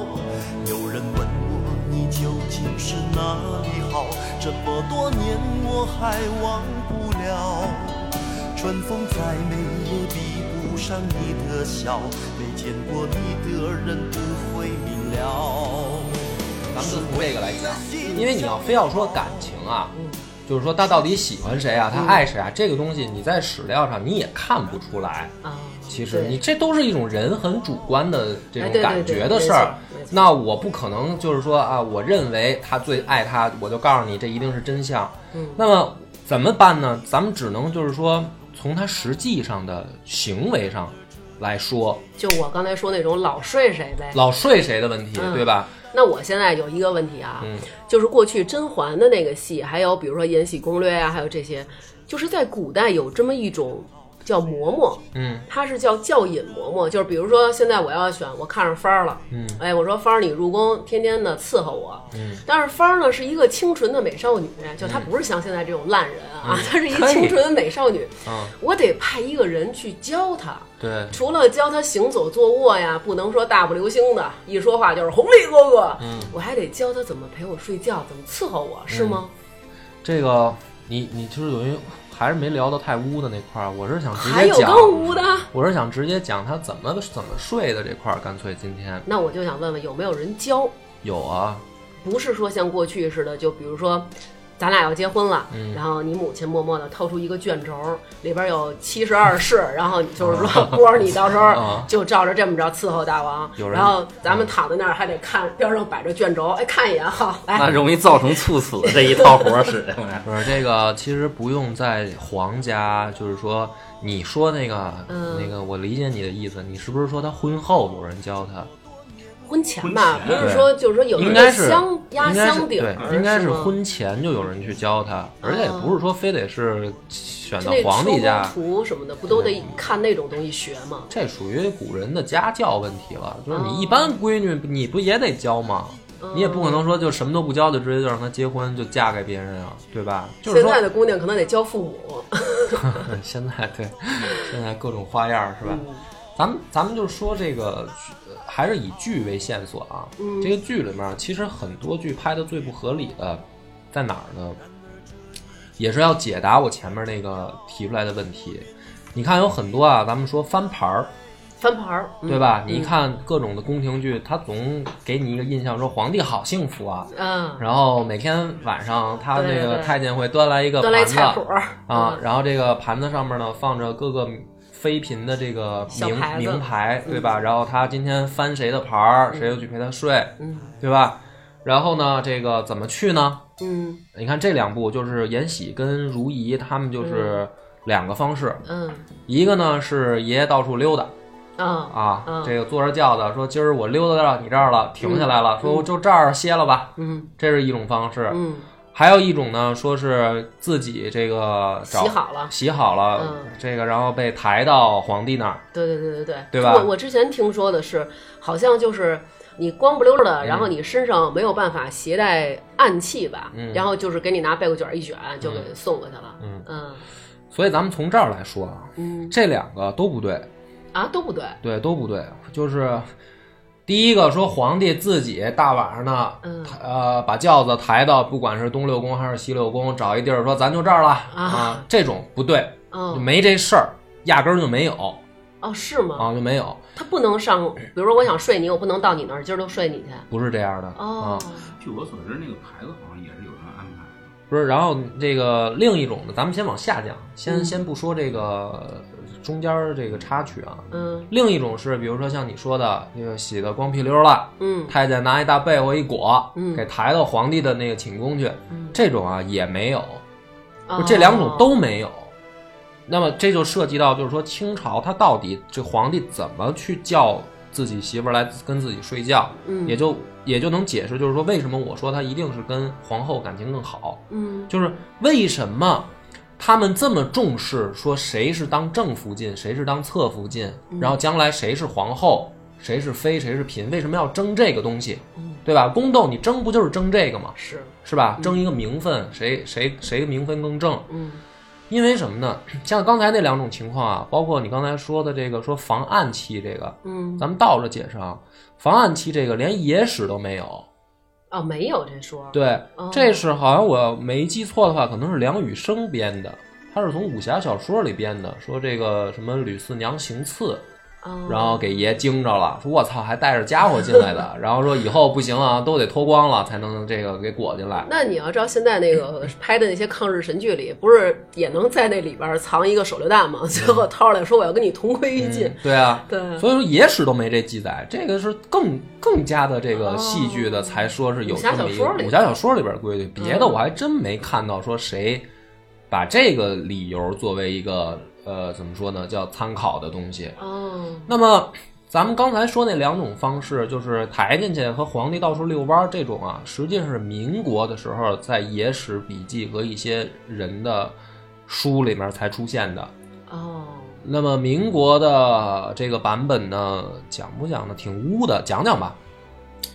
Speaker 6: 有人问我你究竟是哪里好，这么多年我还忘不了。春风再美也比不上你的笑，没见过你的人不会明了。
Speaker 2: 咱们就从这个来讲，因为你要非要说感情啊，就是说他到底喜欢谁啊，他爱谁啊，这个东西你在史料上你也看不出来。
Speaker 5: 啊，
Speaker 2: 其实
Speaker 5: 对
Speaker 2: 你这都是一种人很主观的这
Speaker 5: 哎
Speaker 2: 种
Speaker 5: 对对
Speaker 2: 感
Speaker 5: 对
Speaker 2: 觉的
Speaker 5: 没
Speaker 2: 事儿
Speaker 5: 错没错。
Speaker 2: 那我不可能就是说啊，我认为他最爱他，我就告诉你这一定是真相。
Speaker 5: 嗯
Speaker 2: 那么怎么办呢？咱们只能就是说从他实际上的行为上来说，
Speaker 5: 就我刚才说那种老睡谁呗。
Speaker 2: 老睡谁的问题，
Speaker 5: 哎嗯
Speaker 2: 对吧？
Speaker 5: 那我现在有一个问题啊，就是过去甄嬛的那个戏，还有比如说《延禧攻略》啊，还有这些，就是在古代有这么一种叫嬷嬷，
Speaker 2: 嗯，
Speaker 5: 它是叫教引嬷嬷，就是比如说现在我要选，我看上芳儿了，嗯，哎，我说芳儿你入宫天天的伺候我，嗯，但是芳儿呢是一个清纯的美少女，就她不是像现在这种烂人啊，她是一个
Speaker 4: 可以
Speaker 5: 清纯的美少女，
Speaker 2: 嗯，
Speaker 5: 我得派一个人去教她。
Speaker 2: 对，
Speaker 5: 除了教她行走坐卧呀，不能说大步流星的，一说话就是红利哥哥。嗯，我还得教她怎么陪我睡觉，怎么伺候我，是吗？
Speaker 2: 嗯这个你你就是等于还是没聊到太污的那块儿，我是想直
Speaker 5: 还
Speaker 2: 接
Speaker 5: 有
Speaker 2: 讲，
Speaker 5: 更污的？
Speaker 2: 我是想直接讲他怎么怎么睡的这块儿，干脆今天
Speaker 5: 那我就想问问，有没有人教？
Speaker 2: 有啊，
Speaker 5: 不是说像过去似的，就比如说，咱俩要结婚了，
Speaker 2: 嗯
Speaker 5: 然后你母亲默默地掏出一个卷轴，里边有七 十二式，然后就是说，波儿你到时候
Speaker 2: 啊
Speaker 5: 就照着这么着伺候大王，
Speaker 2: 有人
Speaker 5: 然后咱们躺在那儿还得看边上摆着卷轴，哎，看一眼，好，
Speaker 4: 那
Speaker 5: 来，
Speaker 4: 容易造成猝死这一套活儿 使的。
Speaker 2: 不是这个，其实不用在皇家，就是说你说那个、
Speaker 5: 嗯
Speaker 2: 那个，我理解你的意思，你是不是说他婚后有人教他？
Speaker 5: 婚前吧，
Speaker 3: 婚
Speaker 5: 不
Speaker 3: 前
Speaker 5: 是说就是说有一
Speaker 2: 应
Speaker 5: 个
Speaker 2: 该是
Speaker 5: 香压
Speaker 2: 应该是
Speaker 5: 箱顶
Speaker 2: 对
Speaker 5: 儿，，
Speaker 2: 应该是
Speaker 5: 吗哦
Speaker 2: 婚前就有人去教他，而且也不是说非得是选
Speaker 5: 就
Speaker 2: 到
Speaker 5: 那
Speaker 2: 皇帝家。嗯
Speaker 5: 出宫图什么的，不都得看那种东西学吗？
Speaker 2: 这属于古人的家教问题了，就是
Speaker 5: 哦
Speaker 2: 你一般闺女你不也得教吗？你也
Speaker 5: 嗯
Speaker 2: 不可能说就什么都不教就直接就让她结婚就嫁给别人啊，对吧？就是
Speaker 5: 现
Speaker 2: 说
Speaker 5: 在的姑娘可能得教父母，
Speaker 2: 现在对，现在各种花样儿是吧？
Speaker 5: 嗯
Speaker 2: 咱们咱们就说这个，呃还是以剧为线索啊。
Speaker 5: 嗯
Speaker 2: 这个剧里面儿其实很多剧拍的最不合理的在哪儿呢？也是要解答我前面那个提出来的问题。你看有很多啊，咱们说翻牌儿，
Speaker 5: 翻牌儿，嗯
Speaker 2: 对？吧？你看各种的宫廷剧，它总给你一个印象说皇帝好幸福啊，
Speaker 5: 嗯，
Speaker 2: 然后每天晚上他
Speaker 5: 对
Speaker 2: 那个
Speaker 5: 对
Speaker 2: 太监会端来一个
Speaker 5: 端来
Speaker 2: 盘子
Speaker 5: 菜谱儿
Speaker 2: 啊
Speaker 5: 嗯，
Speaker 2: 然后这个盘子上面呢放着各个妃嫔的这个
Speaker 5: 小
Speaker 2: 名
Speaker 5: 牌子嗯
Speaker 2: 名牌，对吧？然后他今天翻谁的牌儿，谁就去陪他睡，对吧？然后呢，这个怎么去呢？
Speaker 5: 嗯
Speaker 2: 你看这两部就是延禧跟如懿，他们就是两个方式，
Speaker 5: 嗯
Speaker 2: 一个呢是爷爷到处溜达，
Speaker 5: 啊
Speaker 2: 啊
Speaker 5: 嗯，
Speaker 2: 这个坐着轿子说今儿我溜达到你这儿了，停下来了，说我就这儿歇了吧，
Speaker 5: 嗯
Speaker 2: 这是一种方式。
Speaker 5: 嗯，
Speaker 2: 还有一种呢，说是自己这个找
Speaker 5: 洗好了。
Speaker 2: 洗好了，
Speaker 5: 嗯
Speaker 2: 这个然后被抬到皇帝那儿，
Speaker 5: 对对对对对，
Speaker 2: 对吧
Speaker 5: 我我之前听说的是，好像就是你光不溜儿的，然后你身上没有办法携带暗器吧，
Speaker 2: 嗯
Speaker 5: 然后就是给你拿被褥卷一卷就给送过去了。
Speaker 2: 嗯
Speaker 5: 嗯
Speaker 2: 所以咱们从这儿来说啊，
Speaker 5: 嗯
Speaker 2: 这两个都不对，
Speaker 5: 啊都不对，
Speaker 2: 对，都不对，就是。第一个说皇帝自己大晚上呢，
Speaker 5: 嗯
Speaker 2: 抬呃，把轿子抬到不管是东六宫还是西六宫，找一地儿说咱就这儿了啊，这种不对，就
Speaker 5: 哦
Speaker 2: 没这事儿，压根儿就没有
Speaker 5: 哦是吗？
Speaker 2: 啊，就没有，
Speaker 5: 他不能上，比如说我想睡你，我不能到你那儿，今儿就睡你去。
Speaker 2: 不是这样的
Speaker 5: 哦
Speaker 2: 啊，，
Speaker 3: 据我所知，那个牌子好像也是有人安排的。
Speaker 2: 不是。然后这个另一种呢，咱们先往下讲，先、
Speaker 5: 嗯
Speaker 2: 先不说这个中间儿这个插曲啊。
Speaker 5: 嗯
Speaker 2: 另一种是，比如说像你说的，那个洗的光屁溜儿了，
Speaker 5: 嗯
Speaker 2: 太监拿一大被窝一裹，
Speaker 5: 嗯
Speaker 2: 给抬到皇帝的那个寝宫去，
Speaker 5: 嗯，
Speaker 2: 这种啊也没有，
Speaker 5: 哦
Speaker 2: 就这两种都没有。那么这就涉及到，就是说清朝他到底这皇帝怎么去叫自己媳妇儿来跟自己睡觉，
Speaker 5: 嗯
Speaker 2: 也就也就能解释，就是说为什么我说他一定是跟皇后感情更好，
Speaker 5: 嗯
Speaker 2: 就是为什么他们这么重视说谁是当正福晋，谁是当侧福晋，然后将来谁是皇后，谁是妃，谁是嫔，为什么要争这个东西
Speaker 5: 嗯，
Speaker 2: 对吧？宫斗你争不就是争这个吗？
Speaker 5: 是
Speaker 2: 是吧？争一个名分，谁谁谁名分更正？
Speaker 5: 嗯
Speaker 2: 因为什么呢？像刚才那两种情况啊，包括你刚才说的这个说防暗器这个，
Speaker 5: 嗯
Speaker 2: 咱们倒着解释啊，防暗器这个连野史都没有。
Speaker 5: 哦没有这说
Speaker 2: 对
Speaker 5: 哦，
Speaker 2: 这是好像我没记错的话，可能是梁羽生编的，他是从武侠小说里编的，说这个什么吕四娘行刺，
Speaker 5: 哦
Speaker 2: 然后给爷惊着了，说我操，还带着家伙进来的， 然后说以后不行啊，都得脱光了才能这个给裹进来。
Speaker 5: 那你要照现在那个拍的那些抗日神剧里，不是也能在那里边儿藏一个手榴弹吗？ 最后掏出来说我要跟你同归于尽
Speaker 2: 嗯。对啊，
Speaker 5: 对
Speaker 2: 所以说野史都没这记载，这个是更更加的这个戏剧的才说是有
Speaker 5: 武侠
Speaker 2: 这么
Speaker 5: 小
Speaker 2: 一
Speaker 5: 说
Speaker 2: 个
Speaker 5: 里
Speaker 2: 武侠小说里边规矩，别的
Speaker 5: 嗯
Speaker 2: 我还真没看到说谁把这个理由作为一个呃怎么说呢叫参考的东西。
Speaker 5: 哦，
Speaker 2: 那么咱们刚才说那两种方式，就是抬进去和皇帝到处遛弯儿这种啊，实际上是民国的时候在野史笔记和一些人的书里面才出现的。
Speaker 5: 哦，
Speaker 2: 那么民国的这个版本呢，讲不讲呢？挺污的，讲讲吧。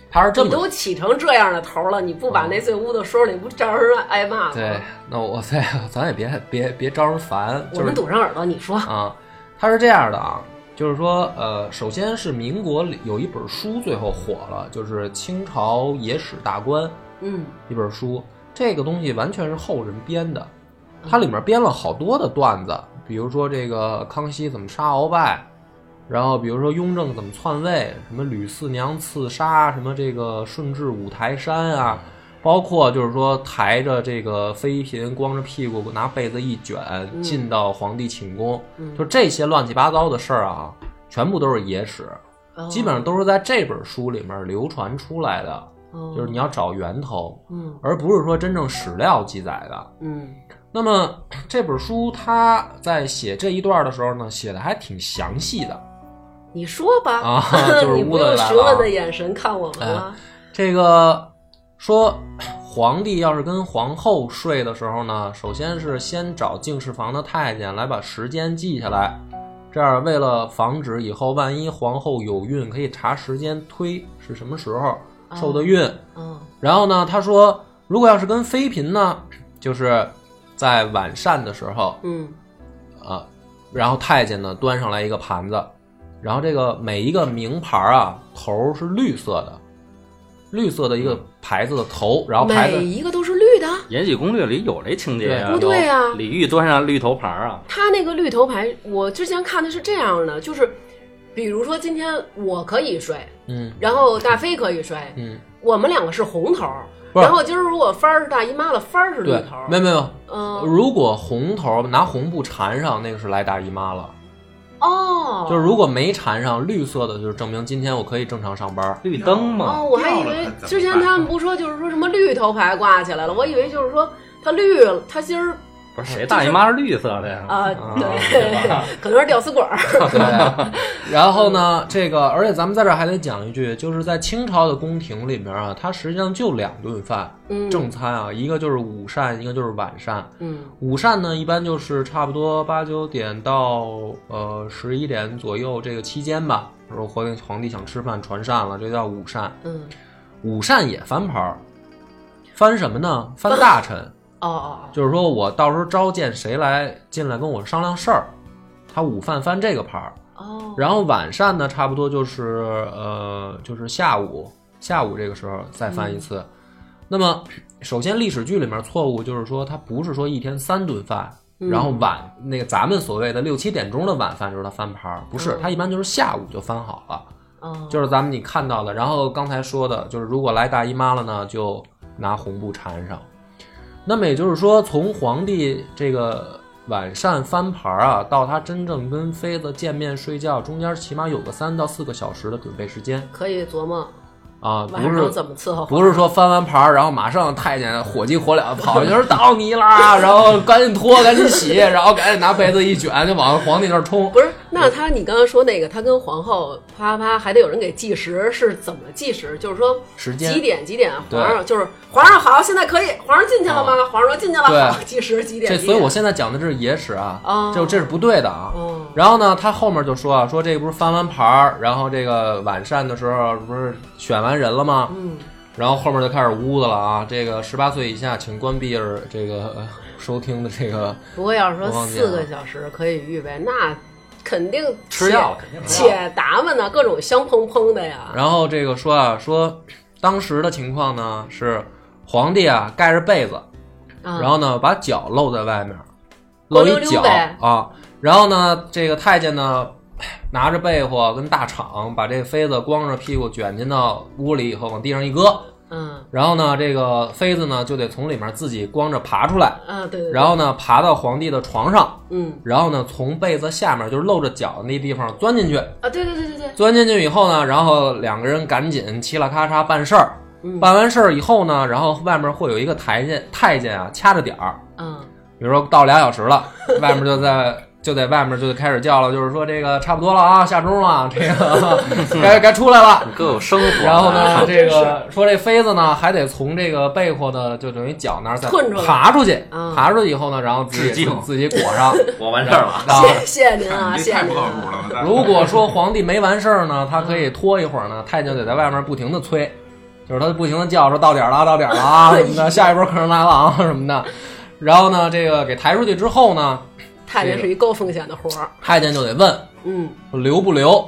Speaker 2: 他是这
Speaker 5: 你
Speaker 2: 么嗯
Speaker 5: 都起成这样的头了，你不把那最污的说出来，你不招人挨骂吗？
Speaker 2: 对，那我再咱也别别别招人烦，
Speaker 5: 我
Speaker 2: 就是
Speaker 5: 们堵上耳朵，你说
Speaker 2: 啊，他是这样的啊，就是说呃，首先是民国里有一本书最后火了，就是《清朝野史大观》
Speaker 5: 嗯
Speaker 2: 一本书，这个东西完全是后人编的，它里面编了好多的段子，比如说这个康熙怎么杀鳌拜，然后比如说雍正怎么篡位，什么吕四娘刺杀，什么这个顺治五台山啊，包括就是说抬着这个妃嫔，光着屁股拿被子一卷进到皇帝寝宫，
Speaker 5: 嗯
Speaker 2: 就这些乱七八糟的事儿啊，全部都是野史，
Speaker 5: 哦
Speaker 2: 基本上都是在这本书里面流传出来的，
Speaker 5: 哦
Speaker 2: 就是你要找源头，
Speaker 5: 嗯
Speaker 2: 而不是说真正史料记载的。
Speaker 5: 嗯
Speaker 2: 那么这本书他在写这一段的时候呢，写的还挺详细的。
Speaker 5: 你说吧
Speaker 2: 啊 就是
Speaker 5: 你不
Speaker 2: 污的来了啊
Speaker 5: 用
Speaker 2: 哎
Speaker 5: 询问的眼神看我们了。
Speaker 2: 这个说，皇帝要是跟皇后睡的时候呢，首先是先找净室房的太监来把时间记下来，这样为了防止以后万一皇后有孕，可以查时间推是什么时候受的孕。
Speaker 5: 嗯
Speaker 2: 然后呢，他说，如果要是跟妃嫔呢，就是在晚膳的时候，
Speaker 5: 嗯
Speaker 2: 啊，然后太监呢端上来一个盘子，然后这个每一个名牌啊头儿是绿色的，绿色的一个牌子的头，然后牌
Speaker 5: 每
Speaker 2: 子
Speaker 5: 一个都是绿的，
Speaker 4: 《延禧攻略》里有这情节呀
Speaker 2: 对，
Speaker 5: 不对啊
Speaker 4: 李煜端上绿头牌啊，
Speaker 5: 他那个绿头牌，我之前看的是这样的，就是比如说今天我可以睡，
Speaker 2: 嗯
Speaker 5: 然后大飞可以睡，
Speaker 2: 嗯
Speaker 5: 我们两个是红头儿，
Speaker 2: 不是
Speaker 5: 然后今儿如果帆儿是大姨妈了，帆儿是绿
Speaker 2: 对
Speaker 5: 头儿，，
Speaker 2: 没有没有，
Speaker 5: 嗯，
Speaker 2: 如果红头拿红布缠上，那个是来大姨妈了，
Speaker 5: 哦，
Speaker 2: 就是如果没缠上绿色的，就是证明今天我可以正常上 班。
Speaker 4: 绿灯嘛
Speaker 5: 哦，。我还以
Speaker 3: 掉了
Speaker 5: 为
Speaker 3: 它怎么
Speaker 5: 之前
Speaker 3: 办
Speaker 5: 他们不说就是说什么绿头牌挂起来了，我以为就是说它绿了，它今儿
Speaker 4: 不是谁大姨妈是绿色的呀？
Speaker 5: 啊，
Speaker 2: 吧
Speaker 5: 对，可能是吊死鬼 儿。
Speaker 2: 对， 然后呢，这个而且咱们在这儿还得讲一句，就是在清朝的宫廷里面啊，它实际上就两顿饭，
Speaker 5: 嗯
Speaker 2: 正餐啊，一个就是午膳，一个就是晚膳。
Speaker 5: 嗯
Speaker 2: 午膳呢，一般就是差不多八九点到呃十一点左右这个期间吧。如果皇帝皇帝想吃饭传膳了，这叫午膳。
Speaker 5: 嗯，
Speaker 2: 午膳也翻牌儿，翻什么呢？翻大臣，
Speaker 5: 哦哦，
Speaker 2: 就是说我到时候召见谁来进来跟我商量事儿，他午饭翻这个牌儿。
Speaker 5: 哦哦，
Speaker 2: 然后晚膳呢，差不多就是呃，就是下午，下午这个时候再翻一次。那么，首先历史剧里面错误就是说，它不是说一天三顿饭，然后晚那个咱们所谓的六七点钟的晚饭就是它翻盘儿，不是，它一般就是下午就翻好了，
Speaker 5: 哦
Speaker 2: 就是咱们你看到的。然后刚才说的就是，如果来大姨妈了呢，就拿红布缠上。那么也就是说，从皇帝这个晚膳翻牌儿啊，到他真正跟妃子见面睡觉，中间起码有个三到四个小时的准备时间
Speaker 5: 可以琢磨
Speaker 2: 啊，
Speaker 5: 晚
Speaker 2: 不
Speaker 5: 上
Speaker 2: 是
Speaker 5: 都怎么伺候好。
Speaker 2: 不是说翻完牌儿，然后马上太监火急火燎跑过 去说到你啦，然后赶紧脱，赶紧洗，然后赶紧拿被子一卷就往皇帝那儿冲。
Speaker 5: 不是，那他你刚刚说那个，他跟皇后啪啪啪还得有人给计时，是怎么计时？就是说
Speaker 2: 时间
Speaker 5: 几点几点，
Speaker 2: 对啊
Speaker 5: 皇上就是皇上好，现在可以，皇上进去了吗？皇上说进去了，
Speaker 2: 对
Speaker 5: 好， 计时几点？
Speaker 2: 这
Speaker 5: 几
Speaker 2: 所以
Speaker 5: 点
Speaker 2: 我现在讲的这是野史啊
Speaker 5: 哦，
Speaker 2: 就这是不对的啊。
Speaker 5: 哦
Speaker 2: 然后呢，他后面就说啊，说这不是翻完牌儿，然后这个晚膳的时候不是选完人了吗？
Speaker 5: 嗯，
Speaker 2: 然后后面就开始污的了啊。这个十八岁以下请关闭儿这个呃收听的这个
Speaker 5: 不过要是说
Speaker 2: 我忘记
Speaker 5: 四
Speaker 2: 了
Speaker 5: 个小时可以预备，那肯定
Speaker 4: 吃药肯定吃药
Speaker 2: 啊
Speaker 5: 且打扮呢，各种香喷喷的呀。
Speaker 2: 然后这个说啊，说当时的情况呢是皇帝啊盖着被子，
Speaker 5: 然
Speaker 2: 然后呢把脚露在外面，露
Speaker 5: 光嗯溜
Speaker 2: 一
Speaker 5: 溜
Speaker 2: 脚
Speaker 5: 呗
Speaker 2: 啊。然后呢，这个太监呢 拿着被窝跟大氅把这妃子光着屁股卷进到屋里以后往地上一搁，
Speaker 5: 嗯
Speaker 2: 然后呢这个妃子呢就得从里面自己光着爬出来，
Speaker 5: 啊对对，对
Speaker 2: 然后呢爬到皇帝的床上，
Speaker 5: 嗯
Speaker 2: 然后呢从被子下面就是露着脚那地方钻进去。
Speaker 5: 啊对对对对对，
Speaker 2: 钻进去以后呢，然后两个人赶紧嘁啦咔嚓办事儿。
Speaker 5: 嗯
Speaker 2: 办完事儿以后呢，然后外面会有一个太监，太监啊掐着点儿，
Speaker 5: 嗯
Speaker 2: 比如说到俩小时了，外面就在就在外面就开始叫了，就是说这个差不多了啊，下钟了，这 个该该出来了。
Speaker 4: 各有生活。
Speaker 2: 然后呢，这个说这妃子呢还得从这个被窝的就等于脚那儿再
Speaker 5: 困出来
Speaker 2: 爬出去，
Speaker 5: 啊
Speaker 2: 爬出去以后呢，然后自
Speaker 4: 致
Speaker 2: 己
Speaker 4: 敬
Speaker 2: 自己裹 上。
Speaker 4: 我完事儿了。
Speaker 2: 啊，
Speaker 5: 谢谢您啊，
Speaker 3: 你这
Speaker 5: 谢谢
Speaker 3: 太不
Speaker 5: 您
Speaker 3: 靠
Speaker 5: 啊。
Speaker 3: 谱了。咱
Speaker 2: 如果说皇帝没完事儿呢，他可以拖一会儿呢，太监得在外面不停的催，就是他不停的叫说到点儿了，到点儿了 啊什么的，下一波客人来了啊什么的。然后呢，这个给抬出去之后呢，
Speaker 5: 太监是一高风险的活儿，
Speaker 2: 太监就得问
Speaker 5: 嗯，
Speaker 2: 留不留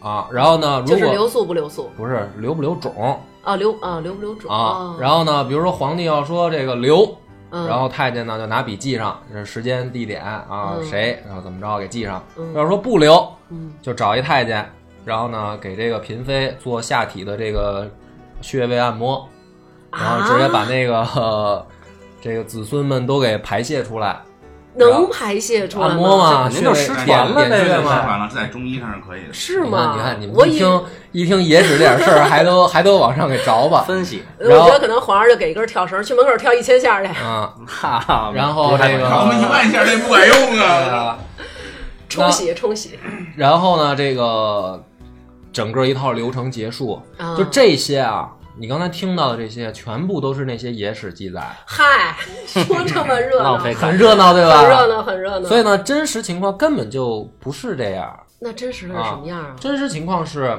Speaker 2: 啊。然后呢，如
Speaker 5: 就是
Speaker 2: 果
Speaker 5: 留宿不留宿
Speaker 2: 不是留不留种
Speaker 5: 啊，留啊留不留种
Speaker 2: 啊，然
Speaker 5: 后
Speaker 2: 后呢，比如说皇帝要说这个留，
Speaker 5: 嗯
Speaker 2: 然后太监呢就拿笔记上这时间、地点啊，
Speaker 5: 嗯
Speaker 2: 谁，然后怎么着给记上。
Speaker 5: 嗯
Speaker 2: 要是说不留，
Speaker 5: 嗯
Speaker 2: 就找一太监，然后呢给这个嫔妃做下体的这个穴位按摩，然后直接把那个、呃 这个子孙们都给排泄出来。
Speaker 5: 能排泄出来
Speaker 2: 按摩
Speaker 5: 吗？
Speaker 2: 嘛，
Speaker 4: 这肯定就
Speaker 2: 穴位
Speaker 4: 失
Speaker 3: 传
Speaker 2: 点
Speaker 4: 了呗
Speaker 2: 点穴
Speaker 3: 这
Speaker 4: 嘛
Speaker 2: 嘛。
Speaker 3: 完了，在中医上是可以 的。
Speaker 5: 是
Speaker 2: 你看，
Speaker 5: 吗？
Speaker 2: 你看，你
Speaker 5: 我
Speaker 2: 们一
Speaker 5: 以
Speaker 2: 听一听野史这点事儿，还都还都往上给着吧
Speaker 4: 分析，
Speaker 5: 我
Speaker 2: 然后
Speaker 5: 觉得可能皇上就给一根跳绳，去门口跳一千下去。
Speaker 2: 啊！
Speaker 4: 哈哈。
Speaker 2: 然后
Speaker 4: 不太
Speaker 2: 这个
Speaker 4: 管
Speaker 3: 我们一万下这不管 用啊！
Speaker 5: 冲洗冲洗，
Speaker 2: 然后呢，这个整个一套流程结束，
Speaker 5: 啊
Speaker 2: 就这些啊，你刚才听到的这些，全部都是那些野史记载，
Speaker 5: 嗨，说这么热闹，
Speaker 4: 浪费
Speaker 2: 很热闹，对吧？
Speaker 5: 很热闹，很热闹。
Speaker 2: 所以呢，真实情况根本就不是这样。
Speaker 5: 那真实的是什么样啊？
Speaker 2: 真实情况是，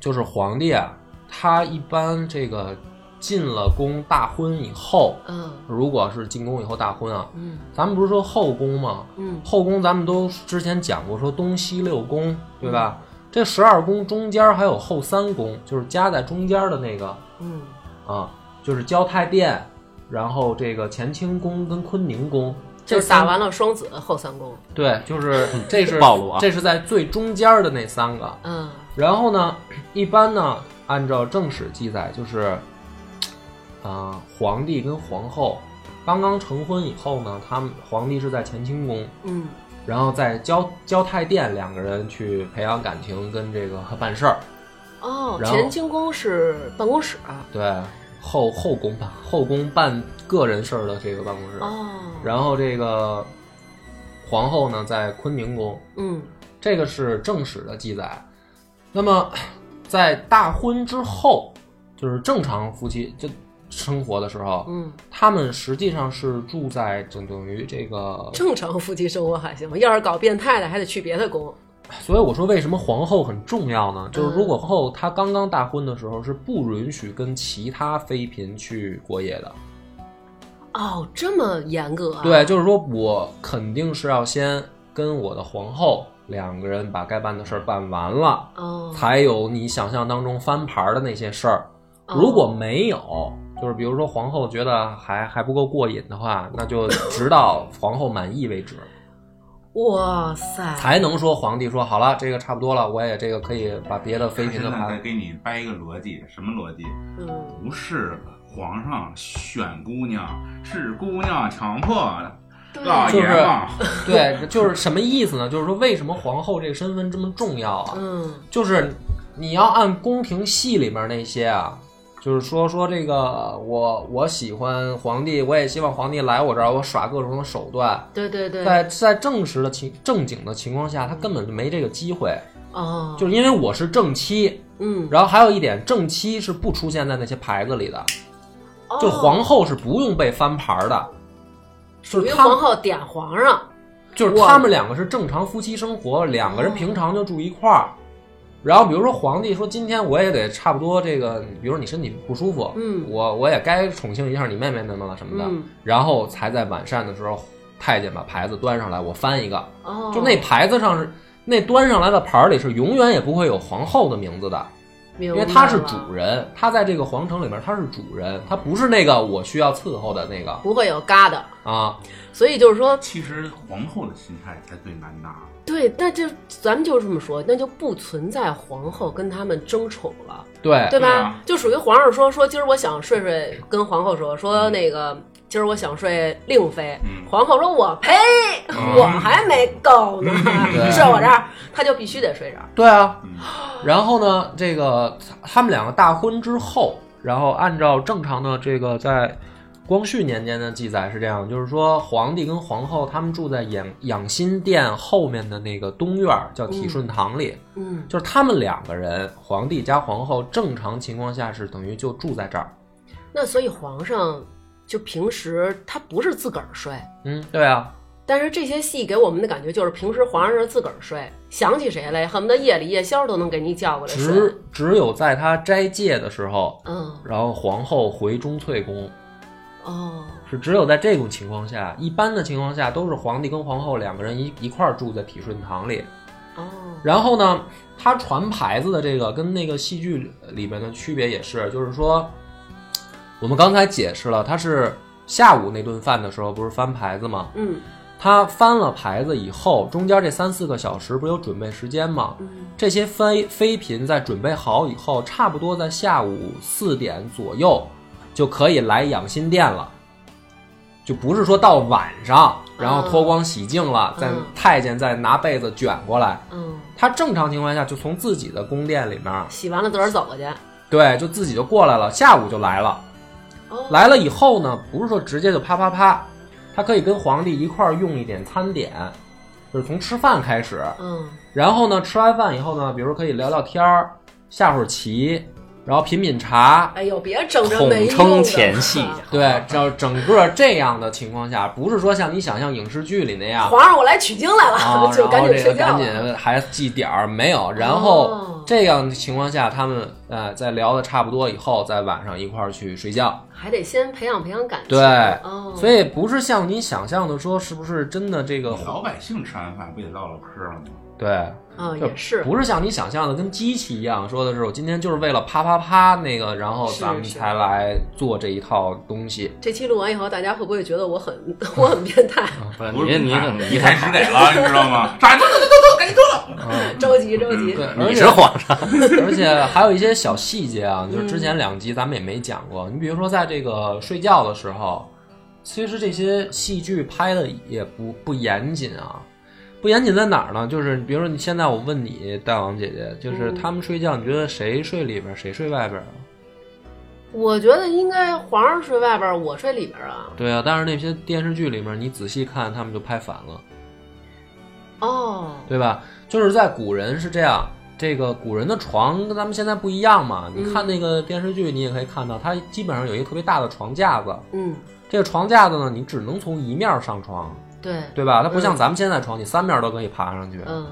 Speaker 2: 就是皇帝啊，他一般这个进了宫大婚以后，
Speaker 5: 嗯
Speaker 2: 如果是进宫以后大婚啊，
Speaker 5: 嗯
Speaker 2: 咱们不是说后宫吗？
Speaker 5: 嗯
Speaker 2: 后宫咱们都之前讲过，说东西六宫，对吧？这十二宫中间还有后三宫，就是夹在中间的那个
Speaker 5: 嗯
Speaker 2: 啊，就是交泰殿，然后这个乾清宫跟坤宁宫，
Speaker 5: 就
Speaker 2: 这
Speaker 5: 是打
Speaker 2: 三
Speaker 5: 完了双子后三宫。
Speaker 2: 对，就是这是
Speaker 4: 暴露啊
Speaker 2: 这是在最中间的那三个。
Speaker 5: 嗯
Speaker 2: 然后呢， 一般呢，按照正史记载，就是，啊、皇帝跟皇后刚刚成婚以后呢，他们皇帝是在乾清宫，
Speaker 5: 嗯
Speaker 2: 然后在交交泰殿两个人去培养感情跟这个办事儿，
Speaker 5: 哦，
Speaker 2: 然后
Speaker 5: 乾清宫是办公室，啊
Speaker 2: 对，后后宫吧，后宫办个人事儿的这个办公室。
Speaker 5: 哦，
Speaker 2: 然后这个皇后呢，在坤宁宫，
Speaker 5: 嗯
Speaker 2: 这个是正史的记载。那么，在大婚之后，就是正常夫妻就生活的时候，
Speaker 5: 嗯，
Speaker 2: 他们实际上是住在等等于这个，
Speaker 5: 正常夫妻生活还行，要是搞变态的还得去别的宫。
Speaker 2: 所以我说为什么皇后很重要呢？就是如果皇后她刚刚大婚的时候是不允许跟其他妃嫔去过夜的，
Speaker 5: 哦，这么严格啊？
Speaker 2: 对，就是说我肯定是要先跟我的皇后两个人把该办的事儿办完了，
Speaker 5: 哦，
Speaker 2: 才有你想象当中翻牌的那些事儿。
Speaker 5: 哦
Speaker 2: 如果没有，就是比如说皇后觉得还还不够过瘾的话，那就直到皇后满意为止，
Speaker 5: 哇塞，
Speaker 2: 才能说皇帝说好了，这个差不多了，我也这个可以把别的妃嫔的
Speaker 3: 现在再
Speaker 2: 牌。
Speaker 3: 给你掰一个逻辑，什么逻辑？
Speaker 5: 嗯，
Speaker 3: 不是皇上选姑娘，是姑娘强迫的。老
Speaker 2: 就
Speaker 3: 爷
Speaker 2: 是
Speaker 3: 们儿，
Speaker 2: 对，就是什么意思呢？就是说为什么皇后这个身份这么重要啊？
Speaker 5: 嗯
Speaker 2: 就是你要按宫廷戏里面那些啊，就是说说这个我我喜欢皇帝，我也希望皇帝来我这儿，我耍各种手段。
Speaker 5: 对对对，
Speaker 2: 在在正式的情正经的情况下，他根本就没这个机会，
Speaker 5: 哦，
Speaker 2: 就是因为我是正妻。
Speaker 5: 嗯，
Speaker 2: 然后还有一点，正妻是不出现在那些牌子里的，
Speaker 5: 哦
Speaker 2: 就皇后是不用被翻牌的，
Speaker 5: 属
Speaker 2: 是
Speaker 5: 于
Speaker 2: 他
Speaker 5: 皇
Speaker 2: 们
Speaker 5: 后点皇上，
Speaker 2: 就是他们两个是正常夫妻生活，两个人平常就住一块儿。然后比如说皇帝说今天我也得差不多这个，比如说你身体不舒服，
Speaker 5: 嗯
Speaker 2: 我我也该宠幸一下你妹妹们了什么的，
Speaker 5: 嗯
Speaker 2: 然后才在晚膳的时候，太监把牌子端上来，我翻一个，
Speaker 5: 哦，
Speaker 2: 就那牌子上是那端上来的牌儿里是永远也不会有皇后的名字的，
Speaker 5: 明
Speaker 2: 因
Speaker 5: 白
Speaker 2: 为
Speaker 5: 了，
Speaker 2: 她是主人，她在这个皇城里面她是主人，她不是那个我需要伺候的那个
Speaker 5: 不会有疙瘩，
Speaker 2: 啊。
Speaker 5: 所以就是说，
Speaker 3: 其实皇后的心态才最难拿。
Speaker 5: 对，那就咱们就这么说，那就不存在皇后跟他们争宠了，
Speaker 2: 哎对，
Speaker 5: 对吧？
Speaker 3: 对啊
Speaker 5: 就属于皇上说说今儿我想睡睡，跟皇后说说那个。今儿我想睡令妃，
Speaker 3: 嗯
Speaker 5: 皇后说：“我呸，我还没够呢，
Speaker 2: 对
Speaker 5: 睡我这儿，他就必须得睡这儿。
Speaker 2: 对啊，
Speaker 3: 嗯，
Speaker 2: 然后呢，这个他们两个大婚之后，然后按照正常的这个在光绪年间的记载是这样，就是说皇帝跟皇后他们住在养养心殿后面的那个东院儿，叫体顺堂里，”
Speaker 5: 嗯，
Speaker 2: 就是他们两个人，皇帝加皇后，正常情况下是等于就住在这儿。
Speaker 5: 那所以皇上就平时他不是自个儿睡，
Speaker 2: 嗯，对啊，
Speaker 5: 但是这些戏给我们的感觉就是，平时皇上是自个儿睡，想起谁来，恨不得夜里夜宵都能给你叫过来睡。
Speaker 2: 只只有在他斋戒的时候，
Speaker 5: 嗯，
Speaker 2: 然后皇后回中翠宫，
Speaker 5: 哦，
Speaker 2: 是只有在这种情况下，一般的情况下都是皇帝跟皇后两个人一一块儿住在体顺堂里。
Speaker 5: 哦，
Speaker 2: 然后呢，他传牌子的这个跟那个戏剧里面的区别也是，就是说，我们刚才解释了，他是下午那顿饭的时候不是翻牌子吗？
Speaker 5: 嗯
Speaker 2: 他翻了牌子以后，中间这三四个小时不是有准备时间吗？
Speaker 5: 嗯，
Speaker 2: 这些妃妃嫔在准备好以后，差不多在下午四点左右就可以来养心殿了，就不是说到晚上，然后脱光洗净了，再
Speaker 5: 嗯
Speaker 2: 太监再拿被子卷过来。
Speaker 5: 嗯，
Speaker 2: 他正常情况下就从自己的宫殿里面，
Speaker 5: 洗完了自个儿走过去。
Speaker 2: 对，就自己就过来了，下午就来了。
Speaker 5: 哦，
Speaker 2: 来了以后呢，不是说直接就啪啪啪，他可以跟皇帝一块儿用一点餐点，就是从吃饭开始。
Speaker 5: 嗯，
Speaker 2: 然后呢，吃完饭以后呢，比如可以聊聊天儿，下会儿棋，然后品品茶。
Speaker 5: 哎呦，别整这没
Speaker 4: 统
Speaker 5: 用的
Speaker 4: 称前戏，
Speaker 2: 对，这整个这样的情况下，不是说像你想象影视剧里那 样，
Speaker 5: 皇上，我来取经来了，
Speaker 2: 啊，
Speaker 5: 就
Speaker 2: 然
Speaker 5: 赶
Speaker 2: 后
Speaker 5: 紧
Speaker 2: 这个
Speaker 5: 睡觉
Speaker 2: 赶
Speaker 5: 了。
Speaker 2: 紧还记点儿没有，然
Speaker 5: 哦
Speaker 2: 后这样的情况下，他们呃在聊的差不多以后，在晚上一块儿去睡觉。
Speaker 5: 还得先培养培养感情。
Speaker 2: 对，
Speaker 5: 哦，
Speaker 2: 所以不是像你想象的说，是不是真的这
Speaker 4: 哦
Speaker 2: 个
Speaker 3: 老百姓吃完饭不得唠唠嗑了吗？
Speaker 2: 对，
Speaker 5: 啊
Speaker 2: 就
Speaker 5: 也是，
Speaker 2: 不是像你想象的跟机器一样，说的是我今天就是为了啪啪啪那个，然后
Speaker 5: 是
Speaker 2: 咱们
Speaker 5: 是
Speaker 2: 才来做这一套东西。
Speaker 5: 这期录完以后，大家会不会觉得我很 我很变态？
Speaker 4: 不是
Speaker 3: 不是
Speaker 4: 啊你你很
Speaker 3: 一
Speaker 4: 你
Speaker 3: 抬
Speaker 4: 太
Speaker 3: 直给了，你知道吗？抓紧走走走走，赶紧走了。
Speaker 5: 着急着急。
Speaker 2: 嗯对，而
Speaker 4: 你
Speaker 2: 且
Speaker 4: 是皇上，
Speaker 2: 而且还有一些小细节啊，就是之前两集咱们也没讲过。你比如说，在这个睡觉的时候，其实这些戏剧拍的也不不严谨啊。不严谨在哪儿呢？就是比如说，你现在我问你，大王姐姐，就是
Speaker 5: 嗯
Speaker 2: 他们睡觉，你觉得谁睡里边儿，谁睡外边儿啊？
Speaker 5: 我觉得应该皇上睡外边儿，我睡里边儿啊。
Speaker 2: 对啊，但是那些电视剧里面，你仔细看，他们就拍反了，
Speaker 5: 哦，
Speaker 2: 对吧？就是在古人是这样，这个古人的床跟咱们现在不一样嘛。
Speaker 5: 嗯
Speaker 2: 你看那个电视剧，你也可以看到，它基本上有一个特别大的床架子，
Speaker 5: 嗯，
Speaker 2: 这个床架子呢，你只能从一面上床，
Speaker 5: 对，
Speaker 2: 对吧？它不像
Speaker 5: 嗯
Speaker 2: 咱们现在床，你三面都可以爬上去。
Speaker 5: 嗯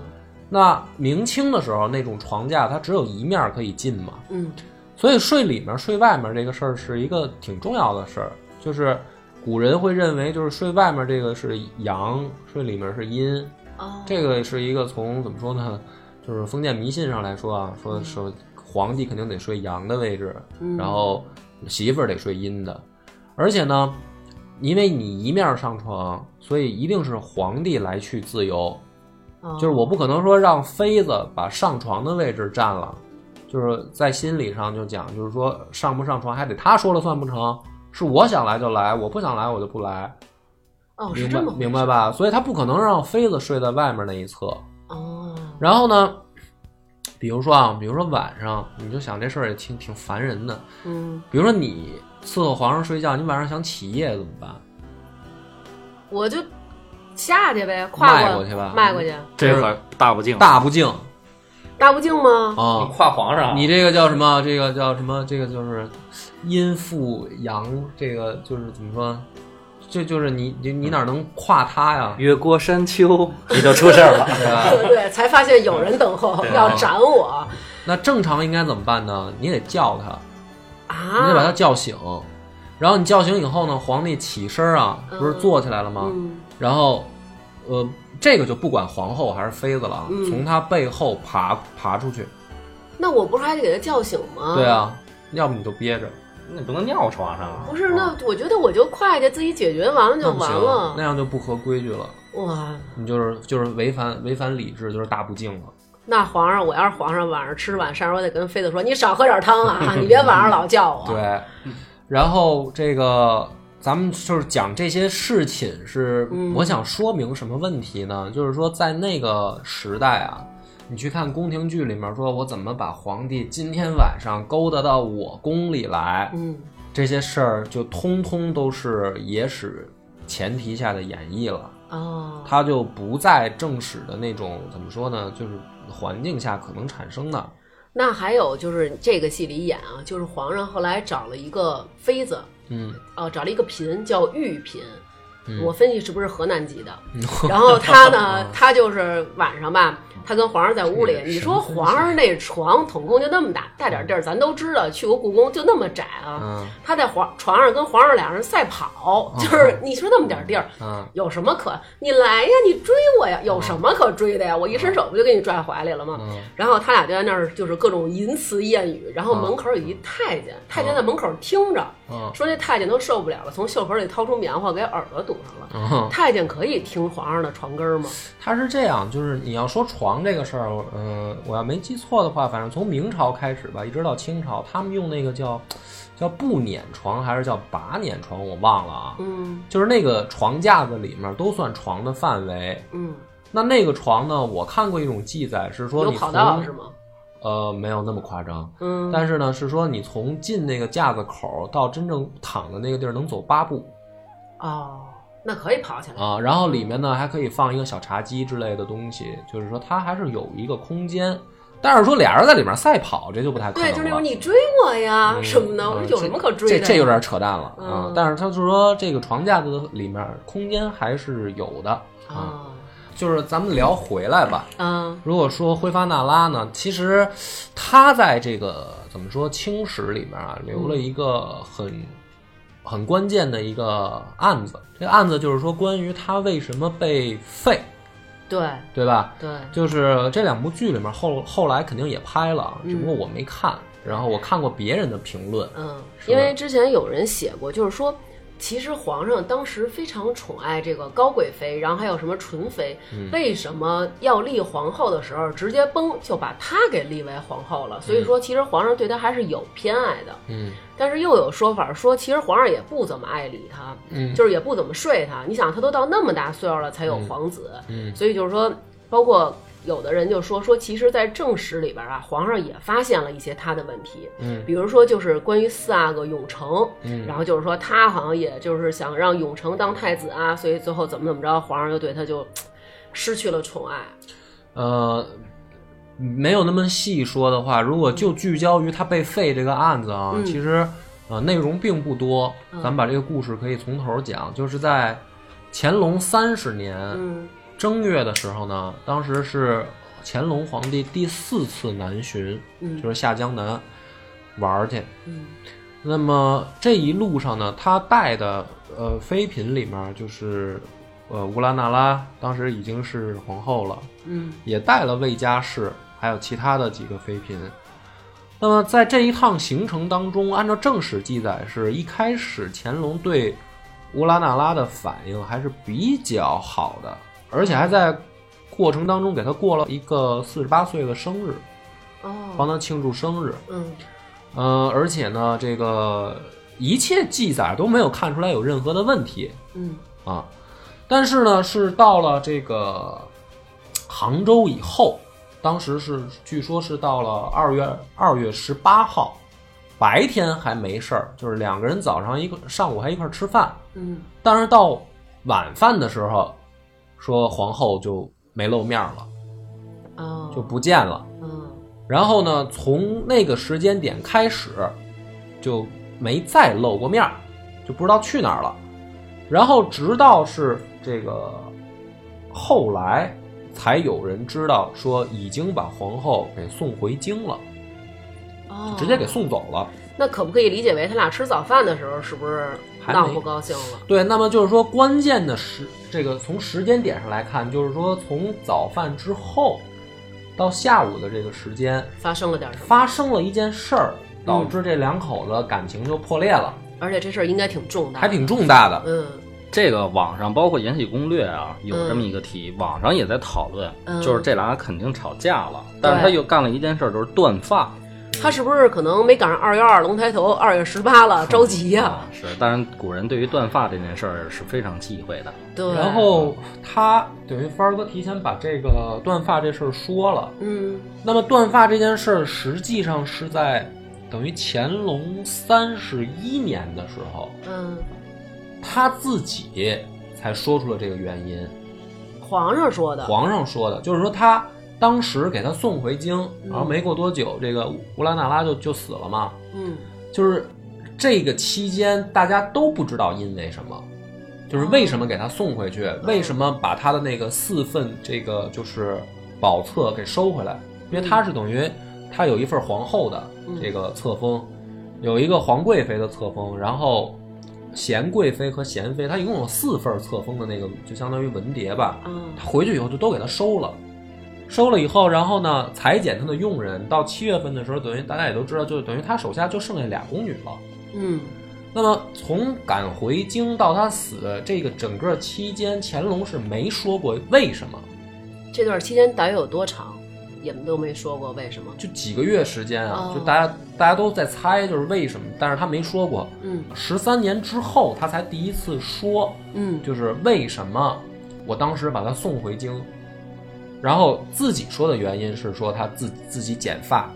Speaker 2: 那明清的时候，那种床架它只有一面可以进嘛，
Speaker 5: 嗯
Speaker 2: 所以睡里面睡外面这个事儿是一个挺重要的事儿，就是古人会认为就是睡外面这个是阳，睡里面是阴，
Speaker 5: 哦，
Speaker 2: 这个是一个从怎么说呢，就是封建迷信上来说啊，说说皇帝肯定得睡阳的位置，
Speaker 5: 嗯
Speaker 2: 然后媳妇儿得睡阴的，而且呢，因为你一面上床，所以一定是皇帝来去自由，
Speaker 5: 哦
Speaker 2: 就是我不可能说让妃子把上床的位置占了，就是在心理上就讲，就是说上不上床还得她说了算不成，是我想来就来，我不想来我就不来，
Speaker 5: 哦是
Speaker 2: 明
Speaker 5: 这
Speaker 2: 白
Speaker 5: 么回
Speaker 2: 明
Speaker 5: 事
Speaker 2: 白
Speaker 5: 儿？
Speaker 2: 吧？所以她不可能让妃子睡在外面那一侧。
Speaker 5: 哦，
Speaker 2: 然后呢，比如说啊，比如说晚上，你就想这事儿也挺挺烦人的。
Speaker 5: 嗯，
Speaker 2: 比如说你伺候皇上睡觉，你晚上想起夜怎么办？
Speaker 5: 我就下去呗，跨
Speaker 2: 迈过去吧嗯
Speaker 5: 迈过去，
Speaker 4: 这可大不敬，
Speaker 2: 大不敬
Speaker 5: 大不敬吗？
Speaker 2: 啊
Speaker 4: 你！跨皇上啊，
Speaker 2: 你这个叫什么？这个叫什么？这个就是阴负阳，这个就是怎么说？这就是你你你哪能跨他呀？
Speaker 4: 越过山丘你就出事儿了。
Speaker 2: 对吧？
Speaker 5: 对对，才发现有人等候
Speaker 2: 啊
Speaker 4: 对
Speaker 5: 要斩我
Speaker 2: 那正常应该怎么办呢？你得叫他，嗯你得把他
Speaker 5: 啊！
Speaker 2: 叫醒，然后你叫醒以后呢，皇帝起身啊，不是
Speaker 5: 嗯
Speaker 2: 坐起来了吗？
Speaker 5: 嗯，
Speaker 2: 然后，呃，这个就不管皇后还是妃子了啊，
Speaker 5: 嗯
Speaker 2: 从她背后爬爬出去。
Speaker 5: 那我不是还得给他叫醒吗？
Speaker 2: 对，啊，要不你就憋着，
Speaker 4: 那不能尿床上啊！
Speaker 5: 不是，那我觉得我就快去自己解决完了就
Speaker 2: 那不
Speaker 5: 完
Speaker 2: 行，
Speaker 5: 了
Speaker 2: 那。样就不合规矩了，
Speaker 5: 哇，
Speaker 2: 你就是就是违反违反礼制，就是大不敬了。
Speaker 5: 那皇上，我要是皇上，晚上吃晚膳时候，我得跟妃子说，你少喝点 汤啊，你别晚上老叫我。，
Speaker 2: 对，
Speaker 5: 嗯
Speaker 2: 然后这个咱们就是讲这些侍寝是，
Speaker 5: 嗯
Speaker 2: 我想说明什么问题呢？就是说在那个时代啊，你去看宫廷剧里面，说我怎么把皇帝今天晚上勾搭到我宫里来，
Speaker 5: 嗯，
Speaker 2: 这些事儿就通通都是野史前提下的演绎了，
Speaker 5: 哦，
Speaker 2: 它就不在正史的那种怎么说呢，就是环境下可能产生的。
Speaker 5: 那还有就是这个戏里演啊，就是皇上后来找了一个妃子，
Speaker 2: 嗯，
Speaker 5: 哦，找了一个嫔叫玉嫔，
Speaker 2: 嗯
Speaker 5: 我分析是不是河南籍的。然后她 呢，她就是晚上吧，她跟皇上在屋里，
Speaker 2: 这个
Speaker 5: 你
Speaker 2: 什
Speaker 5: 说
Speaker 2: 么分析
Speaker 5: 皇上那床统共就那么大，大点地儿咱都知道，去过故宫就那么窄啊。
Speaker 2: 嗯
Speaker 5: 她在皇床上跟皇上俩人赛
Speaker 2: 啊
Speaker 5: 跑，就是你说那么点地儿，
Speaker 2: 嗯，
Speaker 5: 有什么可你来呀？你追我
Speaker 2: 啊
Speaker 5: 呀？有什么可追的呀？我一伸手不就给你拽怀里了吗？
Speaker 2: 嗯
Speaker 5: 然后他俩就在那儿就是各种淫词谚语，然后门口有一太
Speaker 2: 啊
Speaker 5: 监，太监在门口听着，
Speaker 2: 嗯
Speaker 5: 说那太监都受不了了，从袖口里掏出棉花给耳朵堵上了。
Speaker 2: 嗯，
Speaker 5: 太监可以听皇上的床根儿吗？
Speaker 2: 它是这样，就是你要说床这个事儿，嗯，我要没记错的话，反正从明朝开始吧，一直到清朝，他们用那个叫叫布辇床还是叫把辇床，我忘了啊，
Speaker 5: 嗯
Speaker 2: 就是那个床架子里面都算床的范围。
Speaker 5: 嗯，
Speaker 2: 那那个床呢？我看过一种记载是说
Speaker 5: 有
Speaker 2: 你
Speaker 5: 跑
Speaker 2: 从
Speaker 5: 道是吗？
Speaker 2: 呃，没有那么夸张，
Speaker 5: 嗯，
Speaker 2: 但是呢，是说你从进那个架子口到真正躺的那个地儿能走八步
Speaker 5: 哦，那可以跑起来。
Speaker 2: 啊，然后里面呢还可以放一个小茶几之类的东西，就是说它还是有一个空间。但是说俩人在里面赛跑，这就不太可能
Speaker 5: 对，
Speaker 2: 了。
Speaker 5: 就是那种你追我呀什么的，我嗯说有什么可追的
Speaker 2: 嗯这
Speaker 5: 呀？
Speaker 2: 这有点扯淡了啊！
Speaker 5: 嗯
Speaker 2: 但是他就说这个床架子里面空间还是有的啊。
Speaker 5: 啊
Speaker 2: 就是咱们聊回来吧，
Speaker 5: 啊
Speaker 2: 如果说灰发那拉呢，其实他在这个怎么说清史里面啊，留了一个很很关键的一个案子。这个案子就是说关于他为什么被废，
Speaker 5: 对
Speaker 2: 对吧？
Speaker 5: 对，
Speaker 2: 就是这两部剧里面后后来肯定也拍了，啊只不过我没看。然后我看过别人的评论，
Speaker 5: 嗯，
Speaker 2: 是
Speaker 5: 因为之前有人写过，就是说，其实皇上当时非常宠爱这个高贵妃，然后还有什么纯妃，
Speaker 2: 嗯
Speaker 5: 为什么要立皇后的时候直接崩就把她给立为皇后了？所以说，其实皇上对她还是有偏爱的。
Speaker 2: 嗯
Speaker 5: 但是又有说法说，其实皇上也不怎么爱理她，
Speaker 2: 嗯
Speaker 5: 就是也不怎么睡她。你想，她都到那么大岁数了才有皇子，
Speaker 2: 嗯
Speaker 5: 所以就是说，包括有的人就说说，其实，在正史里边啊，皇上也发现了一些他的问题，
Speaker 2: 嗯
Speaker 5: 比如说就是关于四阿哥永成，
Speaker 2: 嗯
Speaker 5: 然后就是说他好像也就是想让永成当太子啊，所以最后怎么怎么着，皇上又对他就嘖失去了宠爱。
Speaker 2: 呃，没有那么细说的话，如果就聚焦于他被废这个案子啊，
Speaker 5: 嗯
Speaker 2: 其实呃内容并不多。
Speaker 5: 嗯
Speaker 2: 咱们把这个故事可以从头讲，就是在乾隆三十年
Speaker 5: 嗯
Speaker 2: 正月的时候呢，当时是乾隆皇帝第四次南巡，
Speaker 5: 嗯
Speaker 2: 就是下江南玩儿去。
Speaker 5: 嗯
Speaker 2: 那么这一路上呢，他带的呃妃嫔里面就是呃乌拉那拉，当时已经是皇后了。
Speaker 5: 嗯
Speaker 2: 也带了魏佳氏，还有其他的几个妃嫔。那么在这一趟行程当中，按照正史记载，是一开始乾隆对乌拉那拉的反应还是比较好的，而且还在过程当中给他过了一个四十八岁的生日，帮
Speaker 5: 哦
Speaker 2: 他庆祝生日。
Speaker 5: 嗯
Speaker 2: 呃，而且呢，这个一切记载都没有看出来有任何的问题。
Speaker 5: 嗯
Speaker 2: 啊。但是呢，是到了这个杭州以后，当时是据说是到了二月二月十八号，白天还没事儿，就是两个人早上一个上午还一块儿吃饭，
Speaker 5: 嗯
Speaker 2: 但是到晚饭的时候，说皇后就没露面了，
Speaker 5: 哦
Speaker 2: 就不见了。
Speaker 5: 嗯
Speaker 2: 然后呢，从那个时间点开始，就没再露过面儿，就不知道去哪儿了。然后直到是这个后来，才有人知道说已经把皇后给送回京了，
Speaker 5: 哦
Speaker 2: 直接给送走了。
Speaker 5: 那可不可以理解为他俩吃早饭的时候是不是
Speaker 2: 还没
Speaker 5: 闹不高兴了？
Speaker 2: 对，那么就是说，关键的时这个从时间点上来看，就是说从早饭之后到下午的这个时间，
Speaker 5: 发生了点什么？
Speaker 2: 发生了一件事儿，导致这两口子感情就破裂了。
Speaker 5: 而且这事儿应该挺重大，
Speaker 2: 还挺重大的。
Speaker 5: 嗯
Speaker 4: 这个网上包括《延禧攻略》啊，有这么一个题，网上也在讨论，
Speaker 5: 嗯
Speaker 4: 就是这俩肯定吵架了，但是他又干了一件事儿，就是断发。
Speaker 2: 嗯
Speaker 5: 他是不是可能没赶上二月二龙抬头，二月十八
Speaker 2: 嗯
Speaker 5: 了，着急呀、
Speaker 4: 啊，是，当然古人对于断发这件事儿是非常忌讳的。
Speaker 5: 对，
Speaker 2: 嗯然后他等于帆儿哥提前把这个断发这事儿说了。
Speaker 5: 嗯
Speaker 2: 那么断发这件事儿实际上是在等于乾隆三十一年的时候，
Speaker 5: 嗯，
Speaker 2: 他自己才说出了这个原因。
Speaker 5: 皇上说的，
Speaker 2: 皇上说的，就是说他当时给他送回京，然后没过多久，这个乌拉那拉就就死了嘛。
Speaker 5: 嗯
Speaker 2: 就是这个期间，大家都不知道因为什么，就是为什么给他送回去，为什么把他的那个四份这个就是宝册给收回来，因为他是等于他有一份皇后的这个册封，有一个皇贵妃的册封，然后贤贵妃和贤妃，他一共有四份册封的那个，就相当于文牒吧。
Speaker 5: 嗯
Speaker 2: 他回去以后就都给他收了，收了以后，然后呢，裁减他的佣人。到七月份的时候，等于大家也都知道，就是等于他手下就剩下俩宫女了。
Speaker 5: 嗯
Speaker 2: 那么从赶回京到他死这个整个期间，乾隆是没说过为什么，
Speaker 5: 这段期间大约有多长，也都没说过为什么。
Speaker 2: 就几个月时间啊
Speaker 5: 哦，
Speaker 2: 就大家大家都在猜就是为什么，但是他没说过。
Speaker 5: 嗯
Speaker 2: 十三年之后，他才第一次说，
Speaker 5: 嗯
Speaker 2: 就是为什么我当时把他送回京，然后自己说的原因是说他自自己剪发。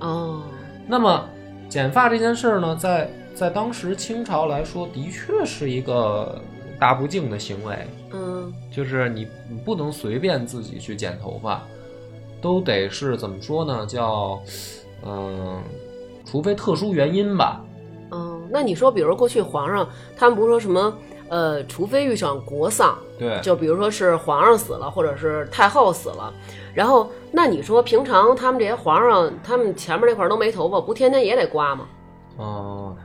Speaker 5: 哦
Speaker 2: 那么剪发这件事儿呢，在在当时清朝来说，的确是一个大不敬的行为，
Speaker 5: 嗯
Speaker 2: 就是你你不能随便自己去剪头发，都得是怎么说呢？叫嗯、除非特殊原因吧。
Speaker 5: 嗯，那你说，比如过去皇上他们不是说什么呃，除非遇上国丧，
Speaker 2: 对
Speaker 5: 就比如说是皇上死了，或者是太后死了，然后那你说平常他们这些皇上，他们前面这块儿都没头发，不天天也得刮吗？
Speaker 2: 嗯，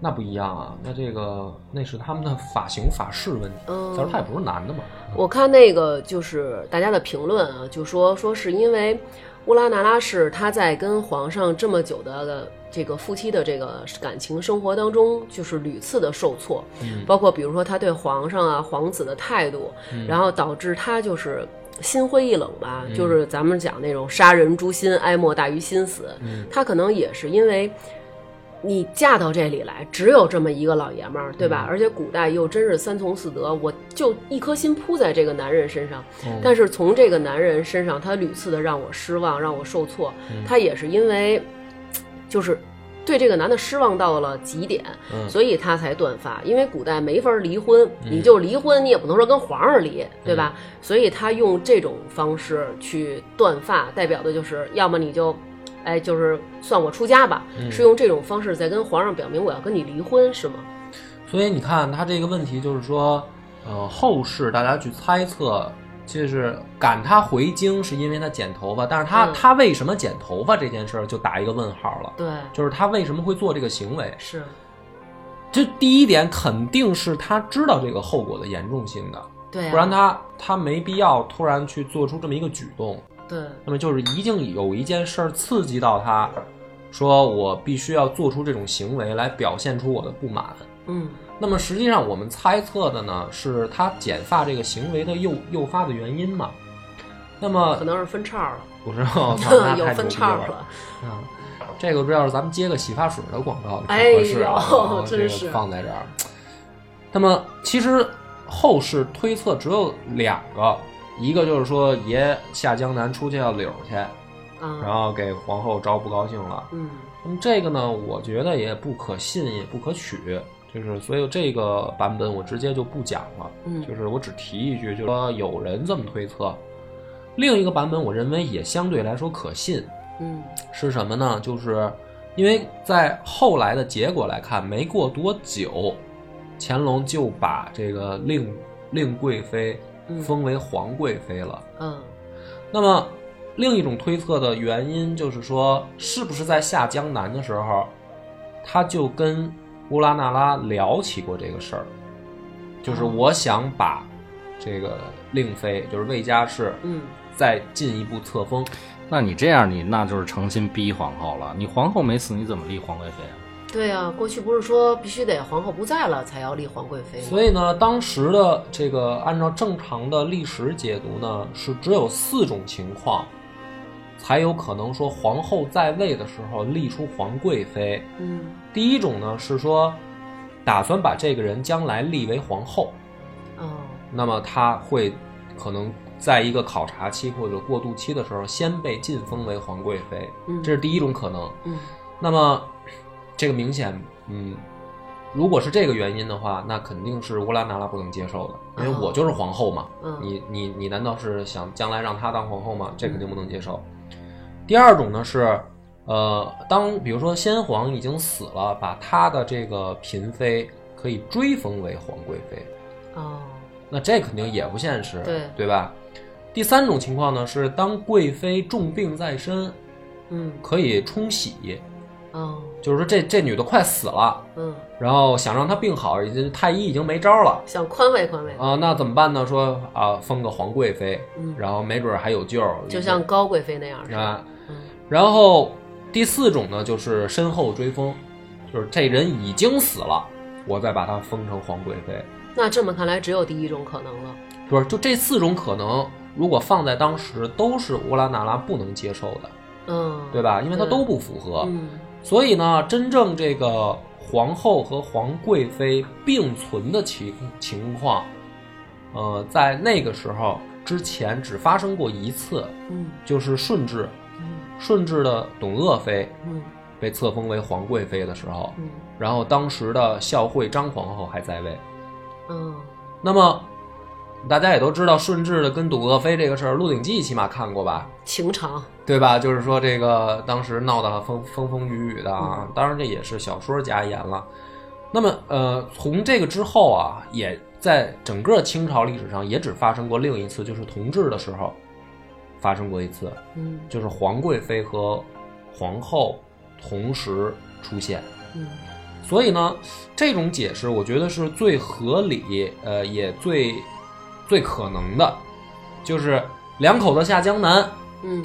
Speaker 2: 那不一样啊，那这个那是他们的发型发饰问题。
Speaker 5: 嗯
Speaker 2: 再说他也不是男的嘛。
Speaker 5: 我看那个就是大家的评论啊，就说说是因为乌拉那拉氏她在跟皇上这么久的这个夫妻的这个感情生活当中，就是屡次的受挫，
Speaker 2: 嗯
Speaker 5: 包括比如说她对皇上啊、皇子的态度，然后导致她就是。心灰意冷吧，就是咱们讲那种杀人诛心，哀莫大于心死。她可能也是因为你嫁到这里来，只有这么一个老爷们儿，对吧？而且古代又真是三从四德，我就一颗心扑在这个男人身
Speaker 2: 嗯
Speaker 5: 上。但是从这个男人身上，他屡次的让我失望，让我受挫。他也是因为，就是对这个男的失望到了极点，
Speaker 2: 嗯
Speaker 5: 所以他才断发。因为古代没法离婚，你就离婚，你也不能说跟皇上
Speaker 2: 嗯
Speaker 5: 离，对吧？所以他用这种方式去断发，代表的就是要么你就。哎，就是算我出家吧，
Speaker 2: 嗯
Speaker 5: 是用这种方式在跟皇上表明我要跟你离婚，是吗？
Speaker 2: 所以你看，他这个问题就是说，呃，后世大家去猜测，就是赶他回京是因为他剪头发，但是他、
Speaker 5: 嗯
Speaker 2: 他为什么剪头发这件事儿就打一个问号了，
Speaker 5: 对，
Speaker 2: 就是他为什么会做这个行为？
Speaker 5: 是，
Speaker 2: 这第一点肯定是他知道这个后果的严重性的，
Speaker 5: 对、啊，
Speaker 2: 不然他他没必要突然去做出这么一个举动。
Speaker 5: 对，
Speaker 2: 那么就是一定有一件事儿刺激到他，说我必须要做出这种行为来表现出我的不满。
Speaker 5: 嗯，
Speaker 2: 那么实际上我们猜测的呢，是他剪发这个行为的诱诱发的原因嘛？那么
Speaker 5: 可能是分叉
Speaker 2: 不是，我操，那
Speaker 5: 了，有
Speaker 2: 哦太牛
Speaker 5: 分
Speaker 2: 逼
Speaker 5: 叉
Speaker 2: 了
Speaker 5: 了，
Speaker 2: 啊！这个不要是咱们接个洗发水的广告挺
Speaker 5: 哎
Speaker 2: 合适啊，
Speaker 5: 呦
Speaker 2: 然后这个
Speaker 5: 真是
Speaker 2: 放在这儿。那么其实后世推测只有两个，一个就是说爷下江南出去要柳儿去，然
Speaker 5: 啊，
Speaker 2: 后给皇后招不高兴了。
Speaker 5: 嗯，
Speaker 2: 那么这个呢，我觉得也不可信，也不可取，就是所以这个版本我直接就不讲了，
Speaker 5: 嗯
Speaker 2: 就是我只提一句，就是说有人这么推测。另一个版本，我认为也相对来说可信，
Speaker 5: 嗯，
Speaker 2: 是什么呢？就是因为在后来的结果来看，没过多久，乾隆就把这个令令贵妃
Speaker 5: 嗯
Speaker 2: 封为皇贵妃了。
Speaker 5: 嗯，
Speaker 2: 那么，另一种推测的原因就是说，是不是在下江南的时候，他就跟乌拉那拉聊起过这个事儿，就是我想把这个令妃，就是魏佳氏，
Speaker 5: 嗯，
Speaker 2: 再进一步册封。
Speaker 4: 那你这样，你那就是诚心逼皇后了。你皇后没死，你怎么立皇贵妃啊？
Speaker 5: 对呀、过去不是说必须得皇后不在了才要立皇贵妃吗？
Speaker 2: 所以呢，当时的这个按照正常的历史解读呢，是只有四种情况，才有可能说皇后在位的时候立出皇贵妃。
Speaker 5: 嗯，
Speaker 2: 第一种呢是说，打算把这个人将来立为皇后，
Speaker 5: 哦，
Speaker 2: 那么他会可能在一个考察期或者过渡期的时候，先被晋封为皇贵妃，
Speaker 5: 嗯
Speaker 2: 这是第一种可能。
Speaker 5: 嗯，
Speaker 2: 那么这个明显，嗯，如果是这个原因的话，那肯定是乌拉那拉不能接受的，因为
Speaker 5: 哦
Speaker 2: 我就是皇后嘛，
Speaker 5: 嗯
Speaker 2: 你你你难道是想将来让她当皇后吗？这肯定不能接受。第二种呢是，呃，当比如说先皇已经死了，把他的这个嫔妃可以追封为皇贵妃，
Speaker 5: 哦，
Speaker 2: 那这肯定也不现实，
Speaker 5: 对
Speaker 2: 吧？第三种情况呢是，当贵妃重病在身，
Speaker 5: 嗯，
Speaker 2: 可以冲洗，
Speaker 5: 哦，
Speaker 2: 就是说这这女的快死了，
Speaker 5: 嗯，
Speaker 2: 然后想让她病好，已经太医已经没招了
Speaker 5: 想宽慰宽慰，
Speaker 2: 啊、那怎么办呢？说啊、封个皇贵妃，
Speaker 5: 嗯
Speaker 2: 然后没准儿还有救儿，
Speaker 5: 就像高贵妃那样是吧？
Speaker 2: 啊。
Speaker 5: 嗯
Speaker 2: 然后第四种呢，就是身后追封，就是这人已经死了，我再把她封成皇贵妃。
Speaker 5: 那这么看来，只有第一种可能了。
Speaker 2: 不是，就这四种可能，如果放在当时，都是乌拉那拉不能接受的，
Speaker 5: 嗯，
Speaker 2: 对吧？因为它
Speaker 5: 对
Speaker 2: 都不符合。
Speaker 5: 嗯
Speaker 2: 所以呢，真正这个皇后和皇贵妃并存的情情况，呃，在那个时候之前只发生过一次，
Speaker 5: 嗯
Speaker 2: 就是顺治，
Speaker 5: 嗯
Speaker 2: 顺治的董鄂妃
Speaker 5: 嗯
Speaker 2: 被册封为皇贵妃的时候，
Speaker 5: 嗯
Speaker 2: 然后当时的孝惠张皇后还在位。
Speaker 5: 嗯，
Speaker 2: 那么，大家也都知道顺治的跟董鄂妃这个事儿，《鹿鼎记》起码看过吧？
Speaker 5: 情长，
Speaker 2: 对吧？就是说这个当时闹得风风风雨雨的啊，当然这也是小说加言了。那么呃，从这个之后啊，也在整个清朝历史上也只发生过另一次，就是同治的时候发生过一次，
Speaker 5: 嗯
Speaker 2: 就是皇贵妃和皇后同时出现。
Speaker 5: 嗯
Speaker 2: 所以呢，这种解释我觉得是最合理，呃，也最最可能的，就是两口子下江南，
Speaker 5: 嗯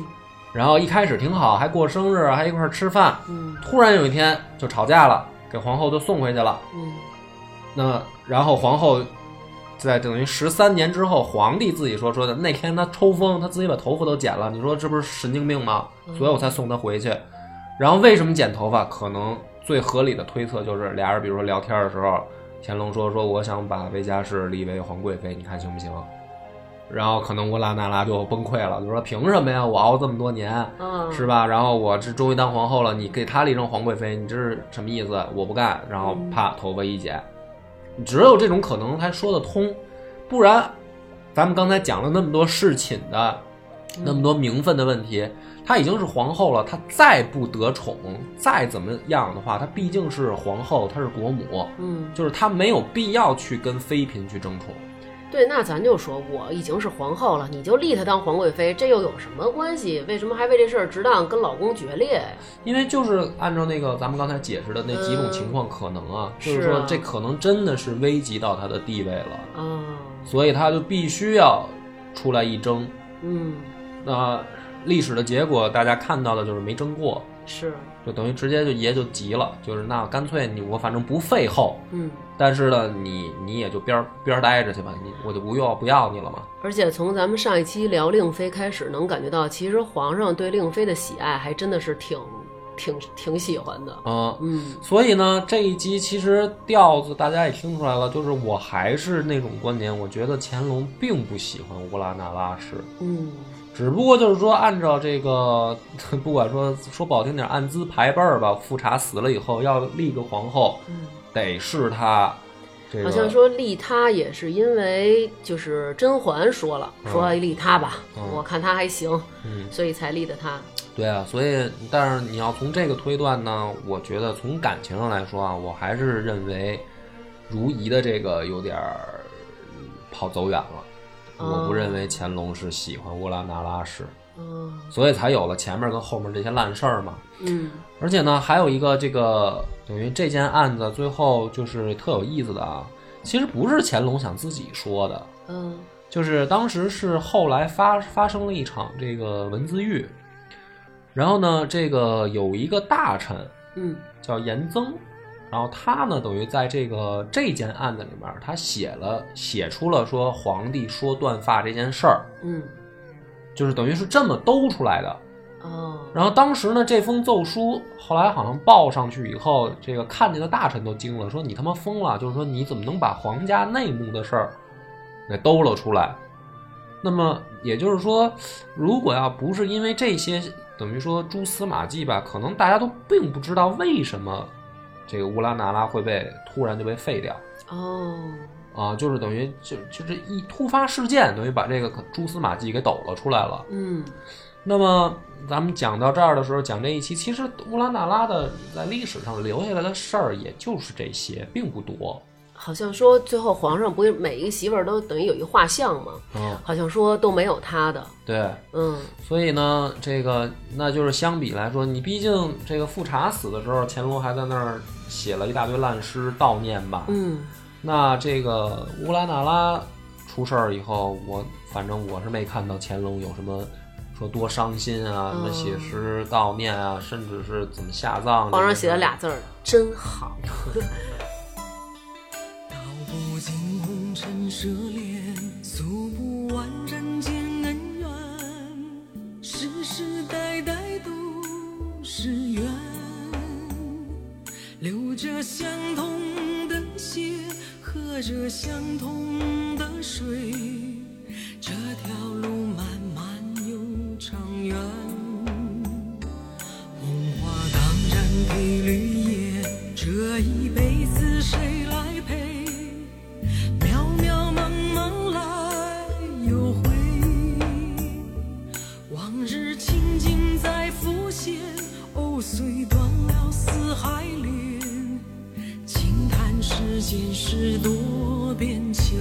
Speaker 2: 然后一开始挺好，还过生日，还一块儿吃饭。
Speaker 5: 嗯
Speaker 2: 突然有一天就吵架了，给皇后就送回去了。
Speaker 5: 嗯
Speaker 2: 那然后皇后在等于十三年之后，皇帝自己说说的那天他抽风，他自己把头发都剪了。你说这不是神经病吗？所以我才送他回去。然后为什么剪头发？可能最合理的推测就是俩人比如说聊天的时候，乾隆说说我想把维嘉氏立为皇贵妃，你看行不行？然后可能乌拉那拉就崩溃了，就说凭什么呀？我熬这么多年，
Speaker 5: 嗯，
Speaker 2: 是吧？然后我这终于当皇后了，你给她立成皇贵妃，你这是什么意思？我不干。然后
Speaker 5: 嗯
Speaker 2: 啪，头发一剪，只有这种可能才说得通，不然，咱们刚才讲了那么多侍寝的，那
Speaker 5: 嗯
Speaker 2: 么多名分的问题，她已经是皇后了，她再不得宠，再怎么样的话，她毕竟是皇后，她是国母，
Speaker 5: 嗯，
Speaker 2: 就是她没有必要去跟妃嫔去争宠。
Speaker 5: 对，那咱就说我已经是皇后了，你就立她当皇贵妃，这又有什么关系？为什么还为这事儿值当跟老公决裂？
Speaker 2: 因为就是按照那个咱们刚才解释的那几种情况可能啊，就是
Speaker 5: 是
Speaker 2: 说
Speaker 5: 啊
Speaker 2: 这可能真的是危及到他的地位了，
Speaker 5: 啊，
Speaker 2: 所以他就必须要出来一争。
Speaker 5: 嗯，
Speaker 2: 那历史的结果大家看到的就是没争过，
Speaker 5: 是，
Speaker 2: 就等于直接就爷就急了，就是那干脆你我反正不废后，
Speaker 5: 嗯。
Speaker 2: 但是呢你你也就边儿边儿待着去吧，你我就不要不要你了嘛。
Speaker 5: 而且从咱们上一期聊令妃开始，能感觉到其实皇上对令妃的喜爱还真的是挺挺挺喜欢的。
Speaker 2: 嗯，
Speaker 5: 嗯
Speaker 2: 所以呢，这一集其实调子大家也听出来了，就是我还是那种观点，我觉得乾隆并不喜欢乌拉那拉氏，
Speaker 5: 嗯
Speaker 2: 只不过就是说按照这个， 不管说说不好听点，按资排辈儿吧，富察死了以后要立个皇后，
Speaker 5: 嗯，
Speaker 2: 得是她。这个
Speaker 5: 好像说立她也是因为就是甄嬛说了，
Speaker 2: 嗯
Speaker 5: 说立她吧，
Speaker 2: 嗯
Speaker 5: 我看她还行，
Speaker 2: 嗯，
Speaker 5: 所以才立的她。
Speaker 2: 对啊，所以但是你要从这个推断呢，我觉得从感情上来说啊，我还是认为如懿的这个有点儿嗯跑走远了。嗯我不
Speaker 5: 哦
Speaker 2: 认为乾隆是喜欢乌拉那拉氏，
Speaker 5: 嗯
Speaker 2: 所以才有了前面跟后面这些烂事儿嘛。
Speaker 5: 嗯
Speaker 2: 而且呢，还有一个这个等于这件案子最后就是特有意思的啊，其实不是乾隆想自己说的，
Speaker 5: 嗯
Speaker 2: 就是当时是后来发发生了一场这个文字狱，然后呢，这个有一个大臣
Speaker 5: 嗯
Speaker 2: 叫严增，然后他呢等于在这个这件案子里面，他写了写出了说皇帝说断发这件事儿，
Speaker 5: 嗯
Speaker 2: 就是等于是这么兜出来的。
Speaker 5: 哦
Speaker 2: 然后当时呢，这封奏书后来好像报上去以后，这个看见的大臣都惊了，说你他妈疯了！就是说你怎么能把皇家内幕的事儿给兜了出来？那么也就是说，如果要不是因为这些等于说蛛丝马迹吧，可能大家都并不知道为什么这个乌拉那拉会被突然就被废掉。
Speaker 5: 哦
Speaker 2: 啊，就是等于就就这一突发事件，等于把这个蛛丝马迹给抖了出来了。
Speaker 5: 嗯
Speaker 2: 那么咱们讲到这儿的时候，讲这一期，其实乌拉那拉的在历史上留下来的事儿，也就是这些，并不多。
Speaker 5: 好像说最后皇上不是每一个媳妇儿都等于有一画像吗？
Speaker 2: 嗯，
Speaker 5: 好像说都没有她的。
Speaker 2: 对，
Speaker 5: 嗯
Speaker 2: 所以呢，这个那就是相比来说，你毕竟这个富察死的时候，乾隆还在那儿写了一大堆烂诗悼念吧。
Speaker 5: 嗯
Speaker 2: 那这个乌拉那拉出事儿以后，我反正我是没看到乾隆有什么。说多伤心啊，什么
Speaker 5: 嗯
Speaker 2: 写诗悼念啊，甚至是怎么下葬。
Speaker 5: 皇上写了俩，字儿，真好。
Speaker 1: 道不尽红尘涉猎，诉不完人间恩怨，世世代代都是缘，流着相同的血，喝着相同的水，这条路漫漫又长远。红花当然配绿叶，这一辈子谁来陪？渺渺茫茫来又回，往日情景在浮现，藕虽断了丝还连，轻叹世间事多变迁。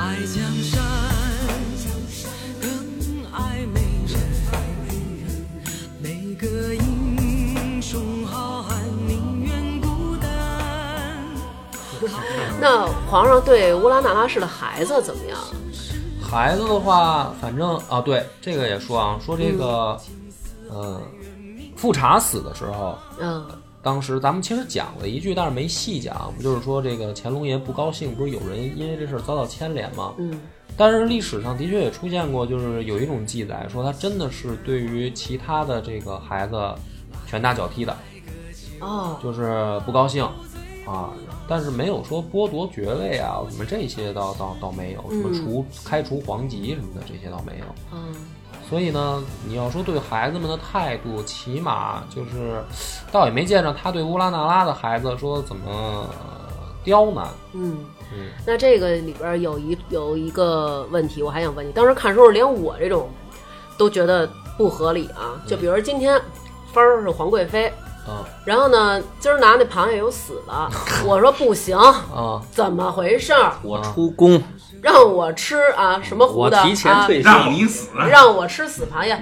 Speaker 1: 爱江山，更爱美人。每个英雄好汉宁愿孤单。
Speaker 5: 那皇上对乌拉那拉氏的孩子怎么样？
Speaker 2: 孩子的话，反正啊，对这个也说啊，说这个，呃，富察死的时候，
Speaker 5: 嗯
Speaker 2: 当时咱们其实讲了一句，但是没细讲，不就是说这个乾隆爷不高兴，不是有人因为这事儿遭到牵连吗？
Speaker 5: 嗯
Speaker 2: 但是历史上的确也出现过，就是有一种记载说他真的是对于其他的这个孩子拳打脚踢的，
Speaker 5: 哦，
Speaker 2: 就是不高兴啊，但是没有说剥夺爵位啊什么这些倒倒倒没有，什么
Speaker 5: 嗯
Speaker 2: 除开除皇籍什么的这些倒没有。
Speaker 5: 嗯，
Speaker 2: 所以呢，你要说对孩子们的态度，起码就是，倒也没见着他对乌拉那拉的孩子说怎么呃刁难。
Speaker 5: 嗯
Speaker 2: 嗯，
Speaker 5: 那这个里边有一有一个问题，我还想问你，当时看的时候连我这种都觉得不合理啊。就比如今天分儿是皇贵妃，
Speaker 4: 嗯
Speaker 2: 啊
Speaker 5: 然后呢，今儿拿那螃蟹有死 的，我说不行，
Speaker 2: 啊，
Speaker 5: 怎么回事儿？
Speaker 4: 我
Speaker 2: 嗯
Speaker 4: 出宫，
Speaker 5: 让我吃啊什么糊
Speaker 4: 我
Speaker 5: 的
Speaker 4: 提前退休，
Speaker 3: 让你死。
Speaker 5: 啊，让我吃死 螃蟹，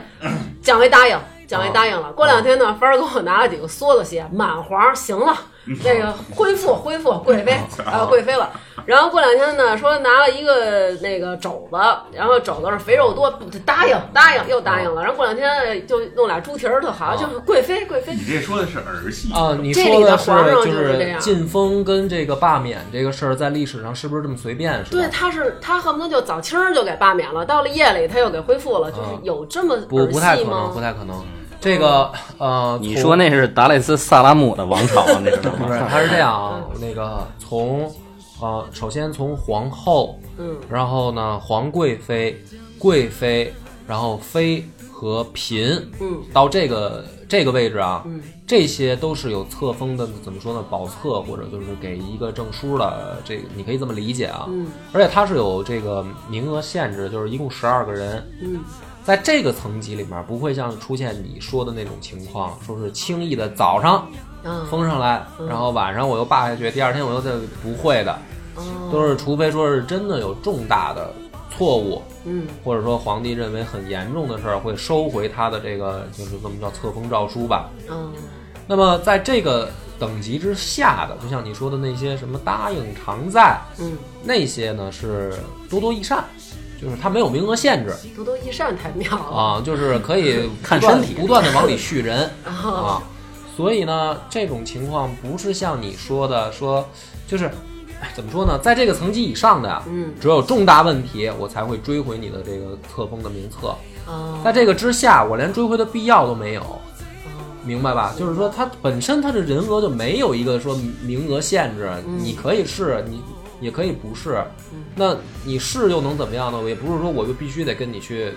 Speaker 5: 蒋维答应。蒋维答应
Speaker 2: 哦
Speaker 5: 了，过两天呢，帆儿给我拿了几个梭子鞋，满黄，行了，
Speaker 2: 嗯
Speaker 5: 那个恢复恢复贵妃
Speaker 2: 哦
Speaker 5: 啊贵妃了。然后过两天呢，说拿了一个那个肘子，然后肘子是肥肉多，不答应答应又答应
Speaker 2: 哦
Speaker 5: 了。然后过两天就弄俩猪蹄儿特好，就是贵妃贵妃
Speaker 2: 嗯
Speaker 3: 你这说的是儿戏
Speaker 2: 啊，你
Speaker 5: 这
Speaker 2: 说
Speaker 5: 里的
Speaker 2: 是
Speaker 5: 皇上就是
Speaker 2: 就
Speaker 5: 这样
Speaker 2: 晋封跟这个罢免这个事儿，在历史上是不是这么随便？是吧
Speaker 5: 对，他是他恨不得就早清儿就给罢免了，到了夜里他又给恢复了，就是
Speaker 2: 啊
Speaker 5: 有这么
Speaker 2: 不
Speaker 5: 儿
Speaker 2: 不太
Speaker 5: 戏
Speaker 2: 可能，不
Speaker 5: 吗？嗯
Speaker 2: 太可能。这个呃，
Speaker 4: 你
Speaker 2: 从
Speaker 4: 说那是达赖斯萨拉姆的王朝，那知道
Speaker 2: 不是，
Speaker 4: 吗？
Speaker 2: 他是这样啊，那个从呃，首先从皇后，
Speaker 5: 嗯，
Speaker 2: 然后呢，皇贵妃、贵妃，然后妃和嫔，
Speaker 5: 嗯，
Speaker 2: 到这个这个位置啊，
Speaker 5: 嗯，
Speaker 2: 这些都是有册封的，怎么说呢？保册或者就是给一个证书的，这个你可以这么理解啊，
Speaker 5: 嗯，
Speaker 2: 而且它是有这个名额限制，就是一共十二个人，
Speaker 5: 嗯，
Speaker 2: 在这个层级里面，不会像出现你说的那种情况，说是轻易的早上
Speaker 5: 啊，
Speaker 2: 封上来，然后晚上我又罢下去，第二天我又再不会的，
Speaker 5: 哦
Speaker 2: 都是除非说是真的有重大的错误，
Speaker 5: 嗯
Speaker 2: 或者说皇帝认为很严重的事儿，会收回他的这个就是这么叫册封诏书吧。
Speaker 5: 嗯
Speaker 2: 那么在这个等级之下的，就像你说的那些什么答应常在
Speaker 5: 嗯。
Speaker 2: 那些呢，是多多益善，就是它没有名额限制
Speaker 5: 多多益善太妙了！
Speaker 2: 啊，就是可以
Speaker 4: 看
Speaker 2: 不断
Speaker 4: 身体
Speaker 2: 不断的 往里续人。
Speaker 5: 啊
Speaker 2: 啊，所以呢，这种情况不是像你说的说，就是哎怎么说呢，在这个层级以上的呀，
Speaker 5: 嗯
Speaker 2: 只有重大问题我才会追回你的这个册封的名册，
Speaker 5: 啊
Speaker 2: 在这个之下，我连追回的必要都没有。明白吧？就是说，它本身它的人额就没有一个说名额限制，你可以是，你也可以不是。那你是又能怎么样呢？我也不是说我就必须得跟你去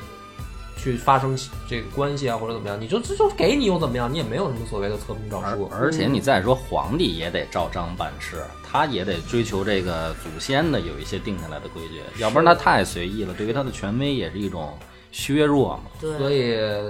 Speaker 2: 去发生这个关系啊，或者怎么样？你就这就给你又怎么样？你也没有什么所谓的册封诏
Speaker 4: 而
Speaker 2: 书。
Speaker 4: 而且你再说皇帝也得照章办事，他也得追求这个祖先的有一些定下来的规矩，要不然他太随意了，对于他的权威也是一种削弱嘛。
Speaker 2: 所
Speaker 5: 对，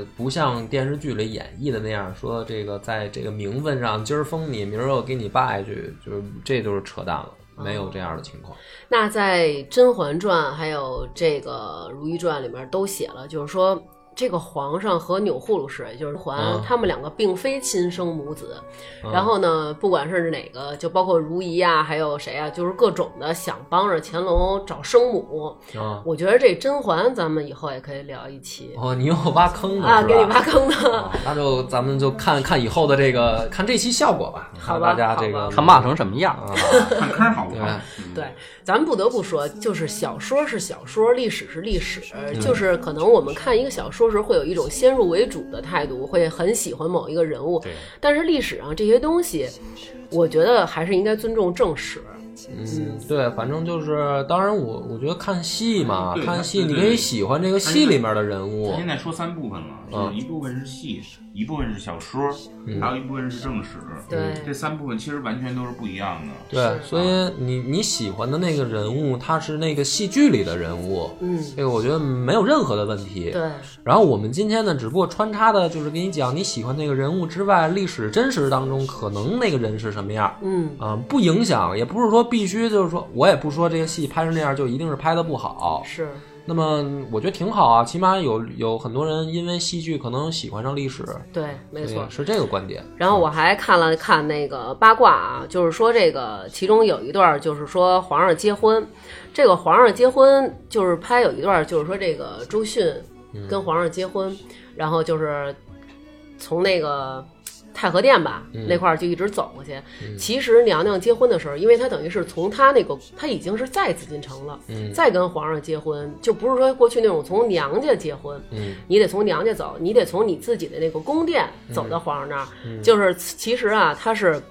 Speaker 2: 以不像电视剧里演绎的那样，说这个在这个名分上，今儿封你，明儿又给你拜去，就是这就是扯淡了，没有这样的情况。
Speaker 5: 那在《甄嬛传》还有这个《如懿传》里面都写了，就是说这个皇上和钮祜禄氏，也就是嬛，
Speaker 2: 嗯
Speaker 5: 他们两个并非亲生母子。
Speaker 2: 嗯
Speaker 5: 然后呢，不管是哪个，就包括如懿啊，还有谁啊，就是各种的想帮着乾隆找生母。
Speaker 2: 啊，
Speaker 5: 我觉得这甄嬛，咱们以后也可以聊一期
Speaker 2: 哦，你又挖坑了
Speaker 5: 啊，
Speaker 2: 是吧
Speaker 5: 给你挖坑的。
Speaker 2: 啊那就咱们就看看以后的这个，看这期效果吧，
Speaker 5: 好
Speaker 2: 看
Speaker 5: 吧
Speaker 2: 大家这
Speaker 5: 好吧
Speaker 2: 个嗯
Speaker 4: 他骂成什么样？
Speaker 2: 啊，
Speaker 3: 看坑好不
Speaker 2: 对
Speaker 3: 好？
Speaker 2: 吧
Speaker 4: 嗯
Speaker 5: 对，咱们不得不说，就是小说是小说，历史是历史，就是可能我们看一个小说时会有一种先入为主的态度，会很喜欢某一个人物，但是历史上这些东西，我觉得还是应该尊重正史。
Speaker 2: 嗯，对，反正就是，当然我我觉得看戏嘛
Speaker 3: 对，
Speaker 2: 看戏
Speaker 3: 对
Speaker 2: 你
Speaker 3: 对
Speaker 2: 可以喜欢这个戏里面的人物
Speaker 3: 他，嗯现在说三部分了，
Speaker 4: 嗯
Speaker 3: 就是一部分是戏，一部分是小说，还有一部分是正史。
Speaker 5: 对
Speaker 3: 这三部分其实完全都是不一样的。
Speaker 2: 对，所以你你喜欢的那个人物，他是那个戏剧里的人物，
Speaker 5: 嗯，
Speaker 2: 这个我觉得没有任何的问题。
Speaker 5: 对，
Speaker 2: 然后我们今天呢，只不过穿插的就是给你讲你喜欢那个人物之外，历史真实当中可能那个人是什么样，
Speaker 5: 嗯
Speaker 2: 啊、不影响，也不是说必须，就是说我也不说这个戏拍成那样就一定是拍的不好。
Speaker 5: 是，
Speaker 2: 那么我觉得挺好啊，起码有有很多人因为戏剧可能喜欢上历史，
Speaker 5: 对，没错
Speaker 2: 对。是这个观点。
Speaker 5: 然后我还看了看那个八卦啊，就是说这个其中有一段儿就是说皇上结婚，这个皇上结婚就是拍有一段儿就是说这个周迅跟皇上结婚，然后就是从那个太和殿吧、
Speaker 2: 嗯
Speaker 5: 那块儿就一直走过去。其实娘娘结婚的时候，因为她等于是从她那个，她已经是在紫禁城了，
Speaker 2: 嗯
Speaker 5: 再跟皇上结婚，就不是说过去那种从娘家结婚，
Speaker 2: 嗯
Speaker 5: 你得从娘家走，你得从你自己的那个宫殿走到皇上那儿。
Speaker 2: 嗯
Speaker 5: 就是其实啊，她是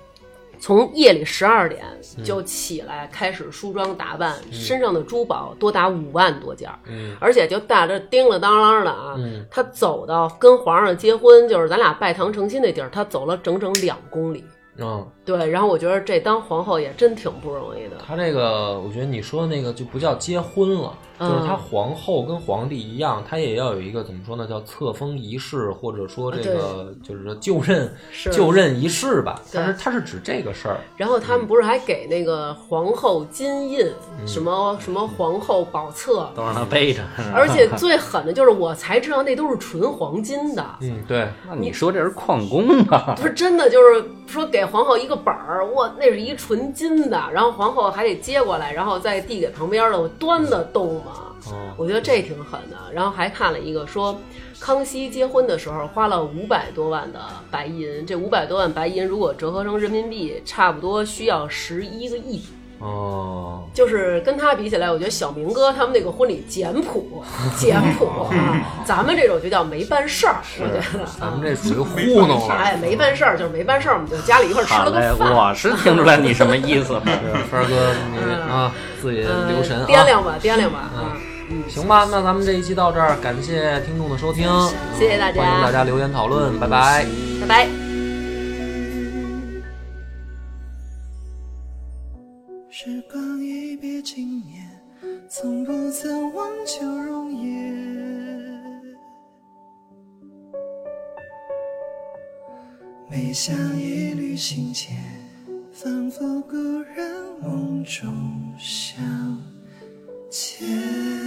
Speaker 5: 从夜里十二点就起来开始梳妆打扮，身上的珠宝多达五万多件儿，
Speaker 2: 嗯
Speaker 5: 而且就带着叮了当啷的啊。
Speaker 2: 嗯
Speaker 5: 她走到跟皇上结婚，就是咱俩拜堂成亲那地儿，她走了整整两公里。
Speaker 2: 嗯，
Speaker 5: 对，然后我觉得这当皇后也真挺不容易的。
Speaker 2: 他这个我觉得你说的那个就不叫结婚了，
Speaker 5: 嗯
Speaker 2: 就是他皇后跟皇帝一样，他也要有一个怎么说呢，叫册封仪式，或者说这个就是说就任
Speaker 5: 啊是
Speaker 2: 就任仪式吧。
Speaker 5: 对
Speaker 2: 但是他是指这个事儿，
Speaker 5: 然后他们不是还给那个皇后金印，什么什么皇后宝册，
Speaker 4: 都让他背着。
Speaker 5: 而且最狠的就是我才知道那都是纯黄金的，
Speaker 2: 嗯，对，
Speaker 4: 那你说这是旷工 吧？
Speaker 5: 不是真的，就是说给皇后一个本儿，哇，那是一纯金的，然后皇后还得接过来，然后再递给旁边的，我端得动吗？
Speaker 2: 哦，
Speaker 5: 我觉得这挺狠的。然后还看了一个说，康熙结婚的时候花了五百多万的白银，这五百多万白银如果折合成人民币，差不多需要十一个亿。
Speaker 2: 哦，
Speaker 5: 就是跟他比起来，我觉得小明哥他们那个婚礼简朴，简朴啊，咱们这种就叫没办事儿，我觉得
Speaker 2: 咱
Speaker 5: 啊
Speaker 2: 们，这属于糊弄了。
Speaker 5: 哎，没办事儿就是没办事儿，我们就家里一块儿吃
Speaker 4: 好
Speaker 5: 了
Speaker 4: 嘞，
Speaker 5: 个饭，
Speaker 4: 我是听出来你什么意思了。
Speaker 2: 凡儿哥，你啊，自己
Speaker 5: 嗯
Speaker 2: 留神
Speaker 5: 掂
Speaker 2: 啊。嗯
Speaker 5: 量吧，掂量吧啊，
Speaker 2: 行吧，那咱们这一期到这儿，感谢听众的收听，
Speaker 5: 谢谢大家
Speaker 2: 欢迎大家留言讨论，拜拜。
Speaker 5: 嗯拜拜。
Speaker 6: 时光一别经年，从不曾忘旧容颜。每想一缕心间，仿佛故人梦中相见。